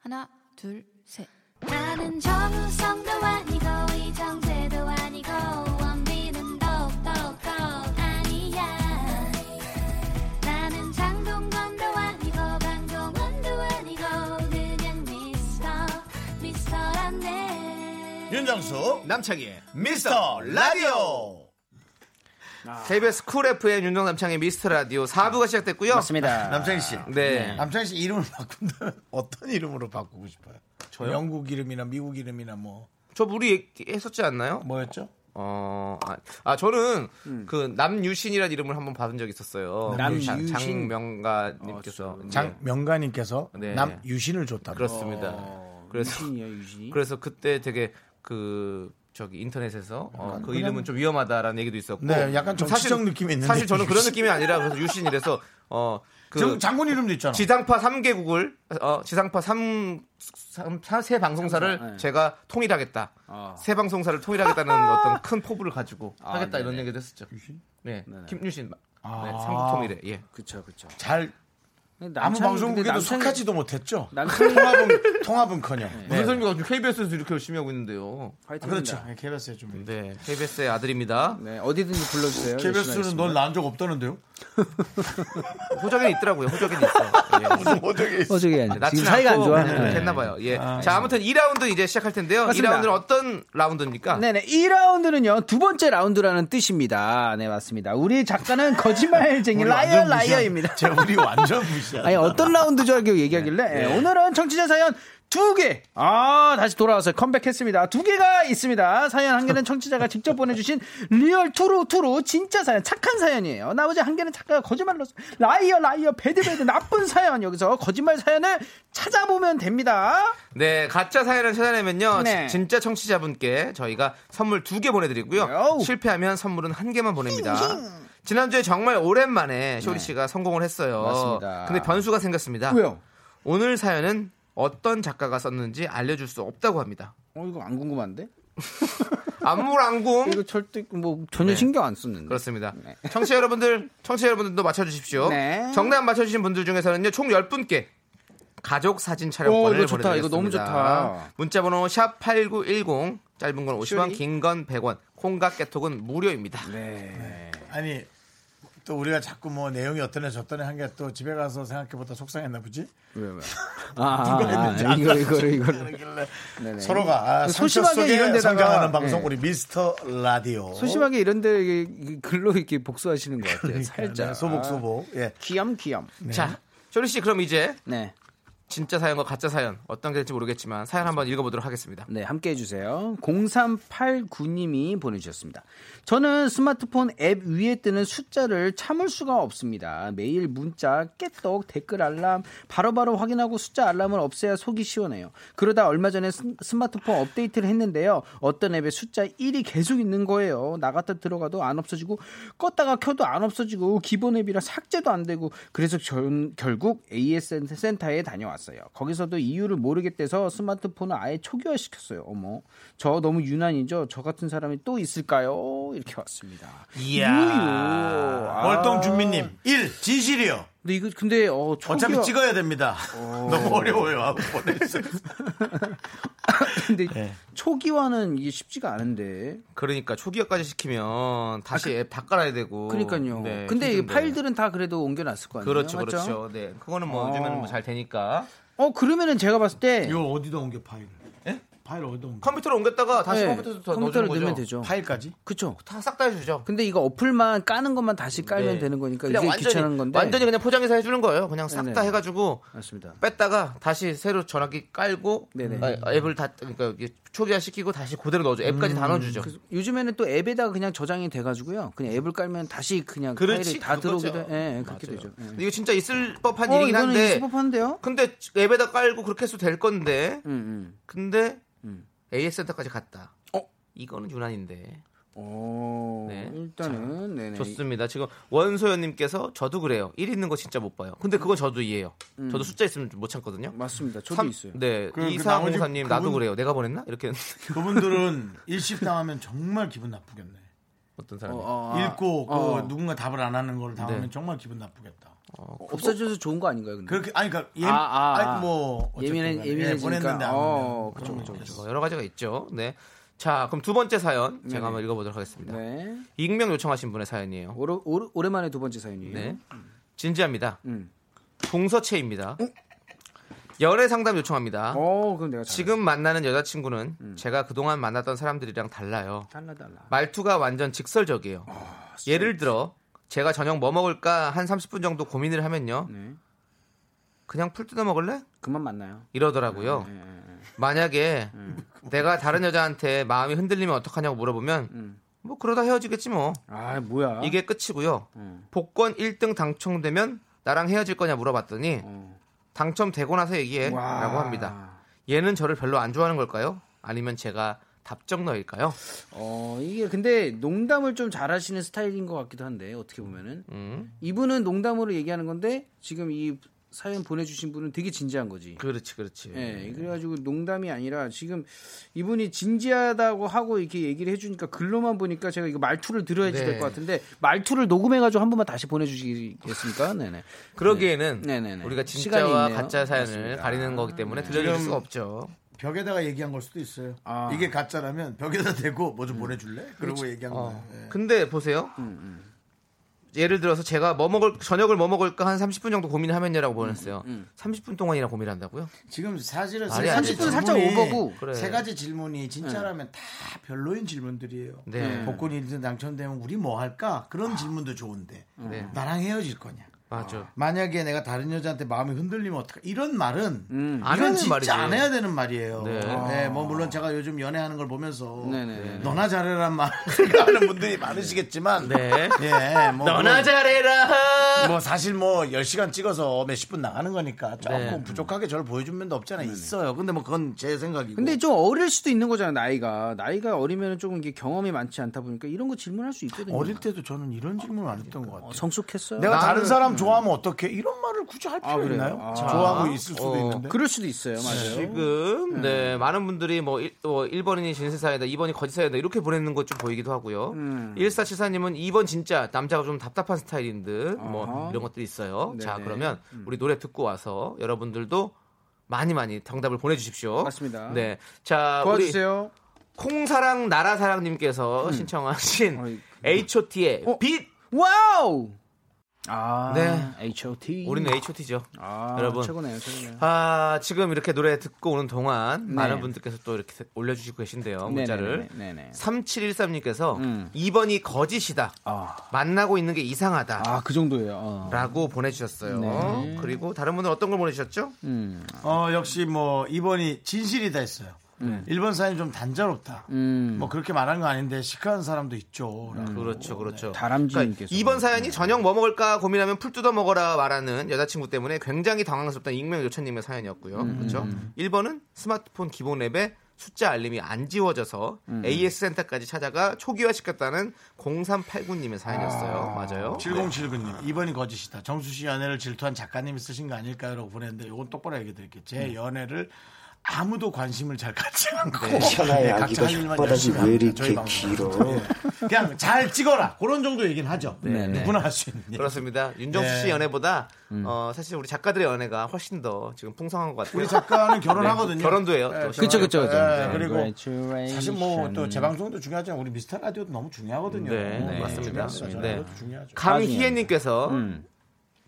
하나, 둘, 셋. 나는 정우성도 아니고 이정재도 아니고 원빈은 더욱더 아니야 나는 장동건도 아니고 강동원도 아니고 그냥 미스터 미스터란데 윤정수 남창희의 미스터 라디오. KBS 쿨 FM 윤정 남창희 미스터 라디오 4부가 시작됐고요. 맞습니다. 남창희 씨. 네. 남창희 씨 이름을 바꾼다면 어떤 이름으로 바꾸고 싶어요? 저요? 영국 이름이나 미국 이름이나 뭐 저 우리 얘기했었지 않나요? 뭐였죠? 네. 어, 아, 아, 저는 그 남유신이라는 이름을 한번 받은 적이 있었어요. 남유신. 장명가님께서 아, 네. 장명가님께서 네. 남유신을 줬다고. 그렇습니다. 어, 그래서 유진이야, 유진이. 그래서 그때 되게 그 저기 인터넷에서 어, 그 이름은 좀 위험하다라는 얘기도 있었고 네, 약간 정치적 느낌이 있는데. 사실 저는 그런 느낌이 아니라 그래서 유신이라서 어그 정- 장군 이름도 있잖아. 지상파 3개국을 어, 지상파 3, 삼세 방송사를 삼사, 네. 제가 통일하겠다. 아. 세 방송사를 통일하겠다는 어떤 큰 포부를 가지고 하겠다 이런 네네. 얘기도 했었죠. 네. 김유신. 네, 아. 삼국 통일에. 예. 그쵸, 그쵸. 잘 아무 남창이 근데 방송국에도 남창이- 속하지도 못했죠. 남창이 통합은 통합은커녕. 네. 네. 문선미가 지금 KBS에서 이렇게 열심히 하고 있는데요. 아, 화이팅. 그렇죠. KBS에 좀. 네, KBS의 아들입니다. 네, 어디든지 불러주세요. 열심히 KBS는 하겠습니다. 널 낳은 적 없다는데요? 호적에는 있더라고요. 호적에는 있어. 예. 요 어떻게 뭐 어저께 예. 아니, 낫진 지금 사이가 안 않고 좋아. 그냥 네. 그렇게 했나봐요. 예. 자, 아무튼 2라운드 이제 시작할 텐데요. 맞습니다. 2라운드는 어떤 라운드입니까? 네네. 1라운드는요, 두 번째 라운드라는 뜻입니다. 네, 맞습니다. 우리 작가는 거짓말쟁이 라이어 라이어입니다. 제 우리 완전 무시한. 아니, 어떤 라운드죠? 이렇게 얘기하길래. 예, 오늘은 청취자 사연 두 개. 아, 다시 돌아와서 컴백했습니다. 두 개가 있습니다. 사연 한 개는 청취자가 직접 보내주신 리얼 투루 투루 진짜 사연, 착한 사연이에요. 나머지 한 개는 작가가 거짓말로 쓰- 라이어 라이어 배드배드 나쁜 사연. 여기서 거짓말 사연을 찾아보면 됩니다. 네, 가짜 사연을 찾아내면요. 네. 지- 진짜 청취자분께 저희가 선물 두 개 보내드리고요. 요우. 실패하면 선물은 한 개만 보냅니다. 지난주에 정말 오랜만에 쇼리 씨가 성공을 했어요. 네. 맞습니다. 근데 변수가 생겼습니다. 왜요? 오늘 사연은 어떤 작가가 썼는지 알려줄 수 없다고 합니다. 어, 이거 안 궁금한데? 안물안궁 이거 절대 뭐 전혀 네. 신경 안 썼는데. 그렇습니다. 청취자 여러분들, 청취자 여러분들도 맞춰주십시오. 네. 정답 맞춰주신 분들 중에서는요, 총 10분께 가족 사진 촬영권을 오, 이거 좋다. 보내드리겠습니다. 이거 너무 좋다. 문자번호 샵 8910, 짧은 건 50원, 쇼리. 네. 긴 건 100원, 콩과 깨톡은 무료입니다. 아니 또 우리가 자꾸 뭐 내용이 어떠네 저떠네 한 게 또 집에 가서 생각해보다 속상했나 보지? 아, 누가 했는지 안 이거 이거 이거. 그러길래 서로가 아, 그 상처 소심하게 속에 이런 데다가- 성장하는 방송 네. 우리 미스터 라디오. 소심하게 이런데 이게 글로 이렇게 복수하시는 것 같아요. 네, 살짝 아, 소복 소복. 예. 귀염귀염. 네. 자, 쇼리씨, 그럼 이제 네, 진짜 사연과 가짜 사연, 어떤 게 될지 모르겠지만 사연 한번 읽어보도록 하겠습니다. 네 함께 해주세요. 0389님이 보내주셨습니다. 저는 스마트폰 앱 위에 뜨는 숫자를 참을 수가 없습니다. 매일 문자, 깨떡, 댓글 알람 바로바로 확인하고 숫자 알람을 없애야 속이 시원해요. 그러다 얼마 전에 스- 스마트폰 업데이트를 했는데요. 어떤 앱에 숫자 1이 계속 있는 거예요. 나갔다 들어가도 안 없어지고 껐다가 켜도 안 없어지고 기본 앱이라 삭제도 안 되고 그래서 전- 결국 AS 센터에 다녀왔어요. 거기서도 이유를 모르겠대서 스마트폰을 아예 초기화시켰어요. 어머, 저 너무 유난이죠. 저 같은 사람이 또 있을까요? 이렇게 왔습니다. 아, 이야. 월동 준비님 1. 진실이요. 근데 이거 근데 어 초기화 어차피 찍어야 됩니다. 너무 어려워요. 하고 보내주세요. 근데 네. 초기화는 이게 쉽지가 않은데. 그러니까 초기화까지 시키면 다시 앱 다 깔아야 되고. 그 그러니까요. 네, 근데 이 힘든데. 파일들은 다 그래도 옮겨놨을 거 아니에요. 그렇죠, 맞죠? 그렇죠. 네, 그거는 뭐 요즘에는 뭐 잘 되니까. 어 그러면은 제가 봤을 때 이거 어디다 옮겨 파일을? 예? 파일 어디다 옮겨? 컴퓨터로 옮겼다가 다시 네, 컴퓨터로 더 컴퓨터로 넣어주는 거죠. 넣으면 되죠. 파일까지? 그쵸. 다싹 다 해주죠. 근데 이거 어플만 까는 것만 다시 깔면 네. 되는 거니까 그러니까 이게 그냥 완전히, 귀찮은 건데. 완전히 그냥 포장해서 해주는 거예요. 그냥 싹 다 네네. 해가지고 맞습니다. 뺐다가 다시 새로 전화기 깔고 아, 앱을 다 그러니까 이게 초기화 시키고 다시 그대로 넣어줘. 앱까지 다 넣어주죠. 음, 그래서 요즘에는 또 앱에다가 그냥 저장이 돼가지고요. 그냥 앱을 깔면 다시 그냥 파일이 다 그거죠. 들어오기도 예, 예, 그렇게 맞아요. 되죠. 예. 근데 이거 진짜 있을 법한 어, 일이긴 이거는 한데. 수법한데요? 근데 앱에다 깔고 그렇게 해서 될 건데. 음, 음. 어? 근데 AS 센터까지 갔다. 이거는 유난인데. 오, 네. 어, 일단은 네네. 좋습니다. 지금 원소연님께서 저도 그래요. 1 있는 거 진짜 못 봐요. 근데 그건 저도 이해해요. 저도 숫자 있으면 못 참거든요. 맞습니다. 음. 저도 삼- 있어요. 네, 그 나머지 이사공사님 나도 그분- 그래요. 내가 보냈나? 이렇게 그분들은 일식 당하면 정말 기분 나쁘겠네. 어떤 사람이 어, 아, 읽고 그 어. 누군가 답을 안 하는 걸 당하면 네. 정말 기분 나쁘겠다. 없어져서 좋은 거 아닌가요? 근데? 그렇게 아니 그러니까 예, 아, 아, 아. 아니, 뭐 어쨌든 예민해- 간에 네, 예민해지니까. 보냈는데 안 어, 오면 그런 거 뭐 좋겠어. 여러 가지가 있죠. 네. 자, 그럼 두 번째 사연 제가 한번 읽어보도록 하겠습니다. 네. 익명 요청하신 분의 사연이에요. 오래, 오래, 오랜만에 두 번째 사연이에요. 네. 진지합니다. 음. 동서체입니다. 연애 상담 요청합니다. 어, 음. 그럼 내가 지금 아. 지금 만나는 여자친구는 제가 그동안 만났던 사람들이랑 달라요. 달라 달라. 말투가 완전 직설적이에요. 예를 들어 제가 저녁 뭐 먹을까 한 30분 정도 고민을 하면요. 네. 그냥 풀 뜯어 먹을래? 그만 만나요. 이러더라고요. 만약에 내가 다른 여자한테 마음이 흔들리면 어떡하냐고 물어보면 뭐 그러다 헤어지겠지 뭐. 아, 뭐야? 이게 끝이고요. 복권 1등 당첨되면 나랑 헤어질 거냐 물어봤더니 당첨되고 나서 와. 얘기해라고 합니다. 얘는 저를 별로 안 좋아하는 걸까요? 아니면 제가 답정너일까요? 어, 이게 근데 농담을 좀 잘하시는 스타일인 것 같기도 한데 어떻게 보면은 음. 이분은 농담으로 얘기하는 건데 지금 이 사연 보내주신 분은 되게 진지한 거지. 그렇지, 그렇지. 네. 예, 그래가지고 농담이 아니라 지금 이분이 진지하다고 하고 이렇게 얘기를 해주니까 글로만 보니까 제가 이거 말투를 들어야지 네. 될 것 같은데 말투를 녹음해가지고 한 번만 다시 보내주시겠습니까? 네네. 그러기에는 네. 네네네. 우리가 시간이 진짜와 있네요. 가짜 사연을 맞습니다. 네. 가리는 거기 때문에 들려줄 지금- 수가 없죠. 벽에다가 얘기한 걸 수도 있어요. 아. 이게 가짜라면 벽에다 대고 뭐 좀 보내줄래? 그러고 얘기한 음. 어. 거예요. 예. 근데 보세요. 음, 예를 들어서 제가 뭐 먹을 저녁을 뭐 먹을까 한 30분 정도 음, 고민하면요라고 보냈어요. 30분 동안이나 고민한다고요? 지금 사실은 말이 안 되죠. 30분 살짝 오버고. 그래. 세 가지 질문이 진짜라면 다 별로인 질문들이에요. 음. 네. 아. 복권이 일등 당첨되면 우리 뭐 할까? 그런 질문도 좋은데 음. 네. 나랑 헤어질 거냐? 맞아. 만약에 내가 다른 여자한테 마음이 흔들리면 어떡하 이런 말은 음. 안 이건 하는 진짜 말이지. 안 해야 되는 말이에요. 네. 네. 뭐 물론 제가 요즘 연애하는 걸 보면서 네네네. 너나 잘해란 말 하는 분들이 많으시겠지만 네. 예, 뭐 너나 물론 잘해라. 뭐 사실 뭐 10시간 찍어서 몇십 분 나가는 거니까 조금 네. 부족하게 저를 보여준 면도 없잖아요. 있어요. 근데 뭐 그건 제 생각이고. 네. 근데 좀 어릴 수도 있는 거잖아요 나이가 나이가 어리면 조금 이게 경험이 많지 않다 보니까 이런 거 질문할 수 있거든요. 어릴 때도 저는 이런 질문을 안 했던 것 같아요. 어, 성숙했어요. 내가 다른 사람 좋아하면 어떻게 이런 말을 굳이 할 필요 그래요? 있나요? 아. 좋아하고 있을 수도 어, 있는데. 그럴 수도 네. 있어요. 맞아요. 지금 네, 많은 분들이 뭐, 일, 뭐 1번이 진세사이다 2번이 거짓사이다 이렇게 보내는 것 좀 보이기도 하고요 음. 1474님은 2번 진짜 남자가 좀 답답한 스타일인 듯 뭐 아하. 이런 것들이 있어요 자 네네. 음. 그러면 우리 노래 듣고 와서 여러분들도 많이 많이 정답을 보내주십시오 맞습니다. 네. 자 우리 도와주세요. 음. 콩사랑 나라사랑님께서 신청하신 어이. H.O.T의 어? 빛 와우. 아, 네. H.O.T. 우리는 H.O.T죠 아, 여러분. 최고네요, 최고네요. 아 지금 이렇게 노래 듣고 오는 동안 네. 많은 분들께서 또 이렇게 올려주시고 계신데요 문자를 네네네, 네네. 3713님께서 음. 2번이 거짓이다 아. 만나고 있는 게 이상하다 아, 그 정도예요. 어. 네. 라고 보내주셨어요 그리고 다른 분은 어떤 걸 보내주셨죠? 음. 어, 역시 뭐 2번이 진실이다 했어요. 일 1번 사연이 좀 단조롭다. 네. 음. 뭐 그렇게 말한 거 아닌데 시크한 사람도 있죠. 라고. 그렇죠 그렇죠 다람쥐님께서. 이번 사연이 저녁 뭐 먹을까 고민하면 풀 뜯어 먹어라 말하는 여자친구 때문에 굉장히 당황스럽다는 익명 요청님의 사연이었고요. 그렇죠. 1번은 스마트폰 기본 앱에 숫자 알림이 안 지워져서 AS 센터까지 찾아가 초기화시켰다는 0389님의 사연이었어요. 맞아요. 7079님, 2번이 거짓이다. 정수 씨 연애를 질투한 작가님이 쓰신 거 아닐까요? 라고 보냈는데, 이건 똑바로 얘기 드릴게요. 제 연애를 아무도 관심을 잘 갖지 않고. 네, 각자 할 일만 열심히 합니다. 저희 방송. 예. 그냥 잘 찍어라. 그런 정도 얘기는 하죠. 누구나 할 수 있는 얘기. 네, 그렇습니다. 윤정수 씨 네. 연애보다 어, 사실 우리 작가들의 연애가 훨씬 더 지금 풍성한 것 같아요. 우리 작가는 결혼하거든요. 네, 결혼도 해요. 예, 또. 그쵸, 그쵸, 네. 그쵸. 예, 그리고 Congratulations. 사실 뭐 또 재방송도 중요하지만 우리 미스터 라디오도 너무 중요하거든요. 네, 네, 맞습니다. 중요합니다. 네. 저희도 중요하죠. 강희애님께서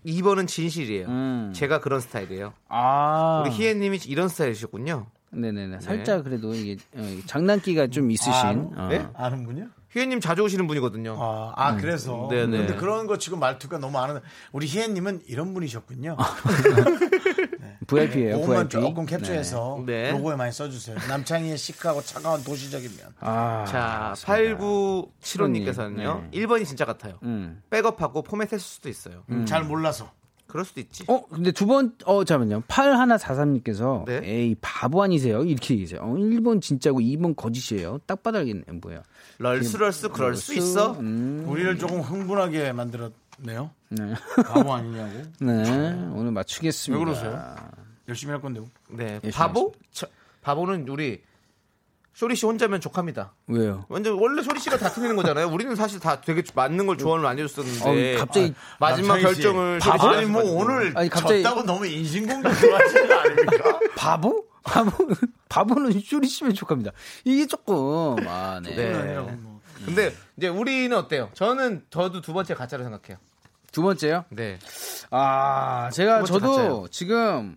2번은 진실이에요. 음. 제가 그런 스타일이에요. 아. 우리 희애님이 이런 스타일이셨군요. 네네네. 살짝 그래도 이게 어, 장난기가 좀 아, 있으신. 어. 네? 아는군요? 희애님 자주 오시는 분이거든요. 아, 아, 그래서. 네네. 근데 그런 거 지금 말투가 너무 안 하는. 우리 희애님은 이런 분이셨군요. VIP예요. 어, 그것만 VIP. 조금 캡처해서 네. 네. 로고에 많이 써주세요. 남창희의 시크하고 차가운 도시적인 면. 아. 자, 맞습니다. 네. 8975님께서는요. 1번이 진짜 같아요. 음. 백업하고 포맷했을 수도 있어요. 잘 몰라서. 그럴 수도 있지. 어, 근데 두 번, 어, 잠깐만요. 8143님께서, 네. 에이, 바보 아니세요? 이렇게 얘기하세요. 어, 1번 진짜고 2번 거짓이에요. 딱 봐도 알겠네, 뭐예요. 럴스 럴스 그럴 음. 수 있어. 우리를 조금 흥분하게 만들었네요. 바보 아니냐고. 네, 오늘 맞추겠습니다. 왜 그러세요? 열심히 할 건데. 네. 열심히 바보? 저- 바보는 우리 쇼리 씨 혼자면 족합니다. 왜요? 완전 원래 쇼리 씨가 다 틀리는 거잖아요. 우리는 사실 다 되게 맞는 걸 조언을 많이 줬었는데 어, 갑자기 아, 마지막 남창희 씨, 결정을 쇼리 씨가 아니 뭐 하셔가지고. 오늘 아니, 갑자기- 졌다고 너무 인신공격 들어가시는 거 아닙니까? 바보? 바보? 바보는 쇼리 씨면 족합니다. 이게 조금, 아, 네. 네. 뭐. 근데 이제 우리는 어때요? 저는 저도 두 번째 가짜로 생각해요. 두 번째요? 네. 아, 제가 두 번째 저도 가짜예요. 지금.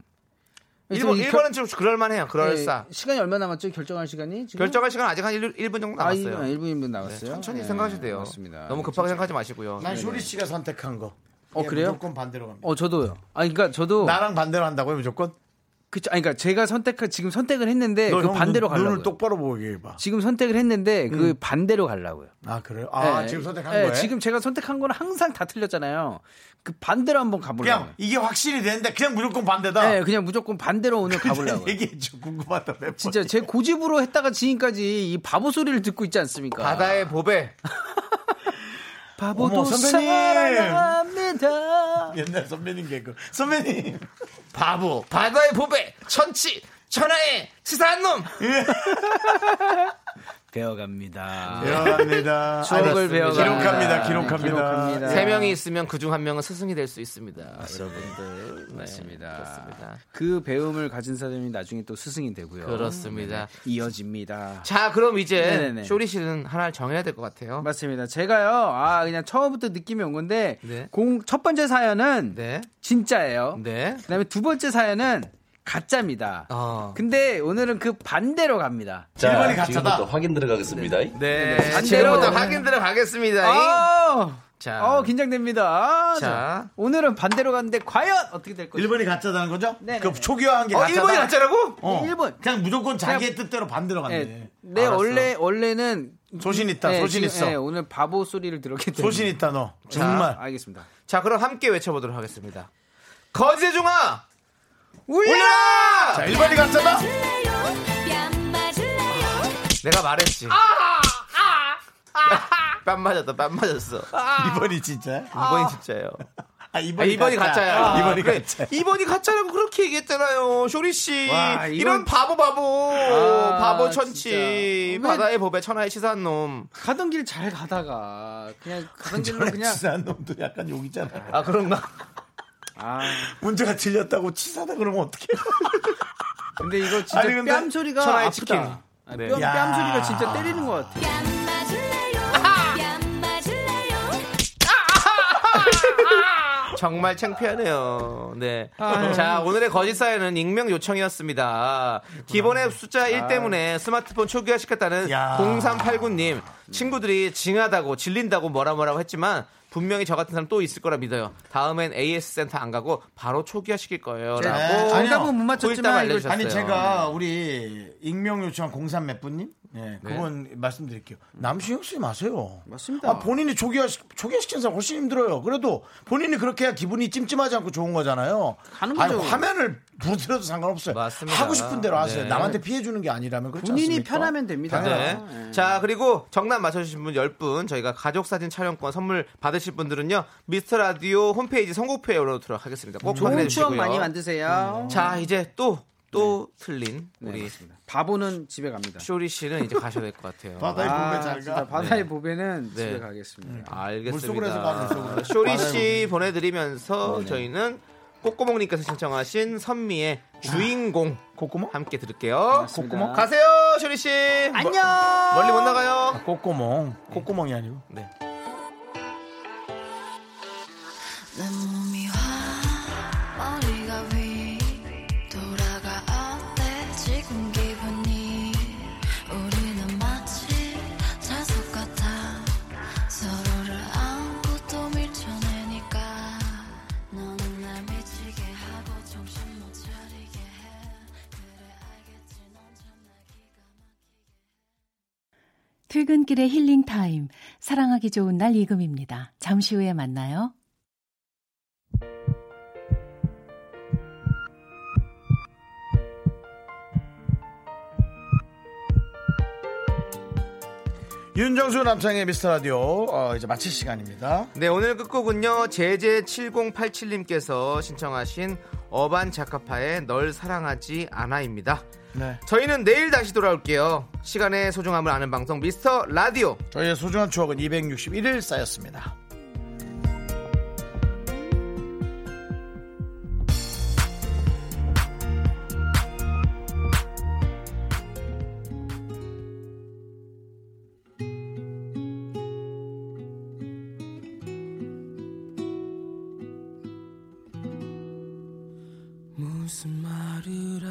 일본 이 결- 일본은 좀 네. 그럴만해요. 그럴싸. 예, 시간이 얼마 남았죠? 결정할 시간이? 지금? 결정할 시간 아직 한 1, 일분 정도 아, 남았어요. 예, 1분, 1분 남았어요. 천천히 네, 생각하셔도 돼요. 맞습니다. 너무 급하게 생각하지 마시고요. 네, 난 쇼리 씨가 선택한 거. 어, 예, 그래요? 무조건 반대로 갑니다. 어, 저도요. 아, 그러니까 저도. 나랑 반대로 한다고요 무조건? 그쵸, 아니, 그러니까 제가 선택 지금 선택을 했는데 너 그 형 반대로 눈- 가려고요. 눈을 똑바로 보게 해봐. 지금 선택을 했는데 그 반대로 가려고요. 아 그래요? 아 예, 지금 선택한 예, 거예요? 지금 제가 선택한 건 항상 다 틀렸잖아요. 그 반대로 한번 가보려고요. 그냥 이게 확실히 되는데 그냥 무조건 반대다. 네, 그냥 무조건 반대로 오늘 가보려고요. 얘기해줘 궁금하다 몇 번. 진짜 제 고집으로 했다가 지금까지 이 바보 소리를 듣고 있지 않습니까? 바다의 보배. 바보도 어머, 선배님. 사랑합니다. 옛날 선배님 개그. 선배님. 바보. 바다의 보배, 천치, 천하의 치사한 놈. 배워갑니다. 예, 네, 배워갑니다. 추억을 아니, 배워갑니다. 기록합니다. 네, 기록합니다. 기록합니다. 세 명이 있으면 그 중 한 명은 스승이 될 수 있습니다. 여러분들. 네, 아, 맞습니다. 그렇습니다. 그 배움을 가진 사람이 나중에 또 스승이 되고요. 그렇습니다. 어, 네, 이어집니다. 자, 그럼 이제 네네네. 쇼리 씨는 하나를 정해야 될 것 같아요. 맞습니다. 제가요, 아, 그냥 처음부터 느낌이 온 건데, 네. 공, 첫 번째 사연은 네. 진짜예요. 네. 그 다음에 두 번째 사연은 가짜입니다. 어. 근데 오늘은 그 반대로 갑니다. 일반이 가짜다. 네. 지금부터 반대로 확인 들어가겠습니다. 아, 자. 어, 긴장됩니다. 아, 자. 자. 오늘은 반대로 갔는데, 과연 어떻게 될 것인지. 일본이 가짜다는 거죠? 네네. 그 초기화한 게 어, 가짜다. 일본이 가짜라고? 아, 어. 일본. 그냥 무조건 자기의 뜻대로 반대로 갔네. 네, 네 알았어. 원래, 원래는. 소신 있다. 네, 소신 지금, 있어. 네, 오늘 바보 소리를 들었기 때문에. 소신 있다 너. 정말. 자, 아. 알겠습니다. 자, 그럼 함께 외쳐보도록 하겠습니다. 거지의 종아! 네. 울려! 자, 일반이 가짜다. 뺨 맞을래요? 내가 말했지. 아! 뺨 맞았다, 뺨 맞았어. 아. 이번이 진짜. 이번이 진짜예요. 아, 아, 이번이, 이번이 가짜야. 이번이 그래, 가짜. 이번이 가짜라고 그렇게 얘기했잖아요. 쇼리 씨. 와, 이건- 이런 바보 바보. 아, 바보 천치. 진짜. 바다의 보배 천하의 치사한 놈. 가던 길 잘 가다가 그냥 가던 길로 그냥 그냥 치사한 놈도 약간 욕이잖아. 아, 그런가? 아 문제가 틀렸다고 치사다 그러면 어떡해. 근데 이거 진짜 아니, 근데 뺨 소리가 천하의 아프다. 치킨. 아, 네. 뺨, 야. 뺨 소리가 진짜 때리는 것 같아. 뺨 맞을래요? 뺨 맞을래요? 정말 창피하네요. 네. 자, 오늘의 거짓 사연은 익명 요청이었습니다. 음. 기본의 숫자 1 때문에 스마트폰 초기화시켰다는 야. 0389님. 친구들이 징하다고, 질린다고 뭐라 뭐라고 했지만 분명히 저 같은 사람 또 있을 거라 믿어요. 다음엔 AS 센터 안 가고 바로 초기화시킬 거예요. 네. 라고. 아니요. 정답은 구일담 못 맞췄지만 이걸 알려주셨어요. 아니 제가 네. 우리 익명 요청한 03 몇 분님 예, 그건 말씀드릴게요. 남신경 쓰지 마세요. 맞습니다. 아, 본인이 조기화 조기화시킨 사람 훨씬 힘들어요. 그래도 본인이 그렇게 해야 기분이 찜찜하지 않고 좋은 거잖아요. 하는 거죠. 아니, 화면을 부드려도 상관없어요. 맞습니다. 하고 싶은 대로 하세요. 네. 남한테 피해 주는 게 아니라면 그렇지 본인이 않습니까? 편하면 됩니다. 네. 당연하죠. 자, 그리고 정답 맞춰주신 분 10분, 저희가 가족사진 촬영권 선물 받으실 분들은요, 미스터 라디오 홈페이지 선곡표에 올려놓도록 하겠습니다. 꼭 확인해 좋은 주시고요. 추억 많이 만드세요. 음. 자, 이제 또, 또 네. 틀린 우리 바보는 집에 갑니다. 쇼리 씨는 이제 가셔야 될 것 같아요. 바다에 아, 보면 잘 진짜 가. 바다의 보배는 집에 네. 가겠습니다. 알겠습니다. 물속으로 해서 가는 물속으로. 쇼리 씨 보내드리면서 저희는 꼬꼬몽님께서 신청하신 선미의 주인공 콧구멍? 함께 들을게요. 고맙습니다. 꼬꼬몽. 가세요, 쇼리 씨. 안녕. 멀리 못 나가요. 콧구멍. 네. 콧구멍이 아니고. 내 몸이 화 머리가 위 돌아가 안돼 지금 기분이 우리는 마치 자석 같아 서로를 안고 또 밀쳐내니까 너는 날 미치게 하고 정신 못 차리게 해 그래 알겠지 넌참나 기가 퇴근길의 힐링 타임. 사랑하기 좋은 날 이금입니다. 잠시 후에 만나요. 윤정수 남창의 미스터 라디오 어, 이제 마칠 시간입니다. 네, 오늘 끝곡은요. 제제7087님께서 신청하신 어반 자카파의 널 사랑하지 않아입니다. 네. 저희는 내일 다시 돌아올게요. 시간의 소중함을 아는 방송 미스터 라디오. 저희의 소중한 추억은 261일 쌓였습니다. 무슨 말을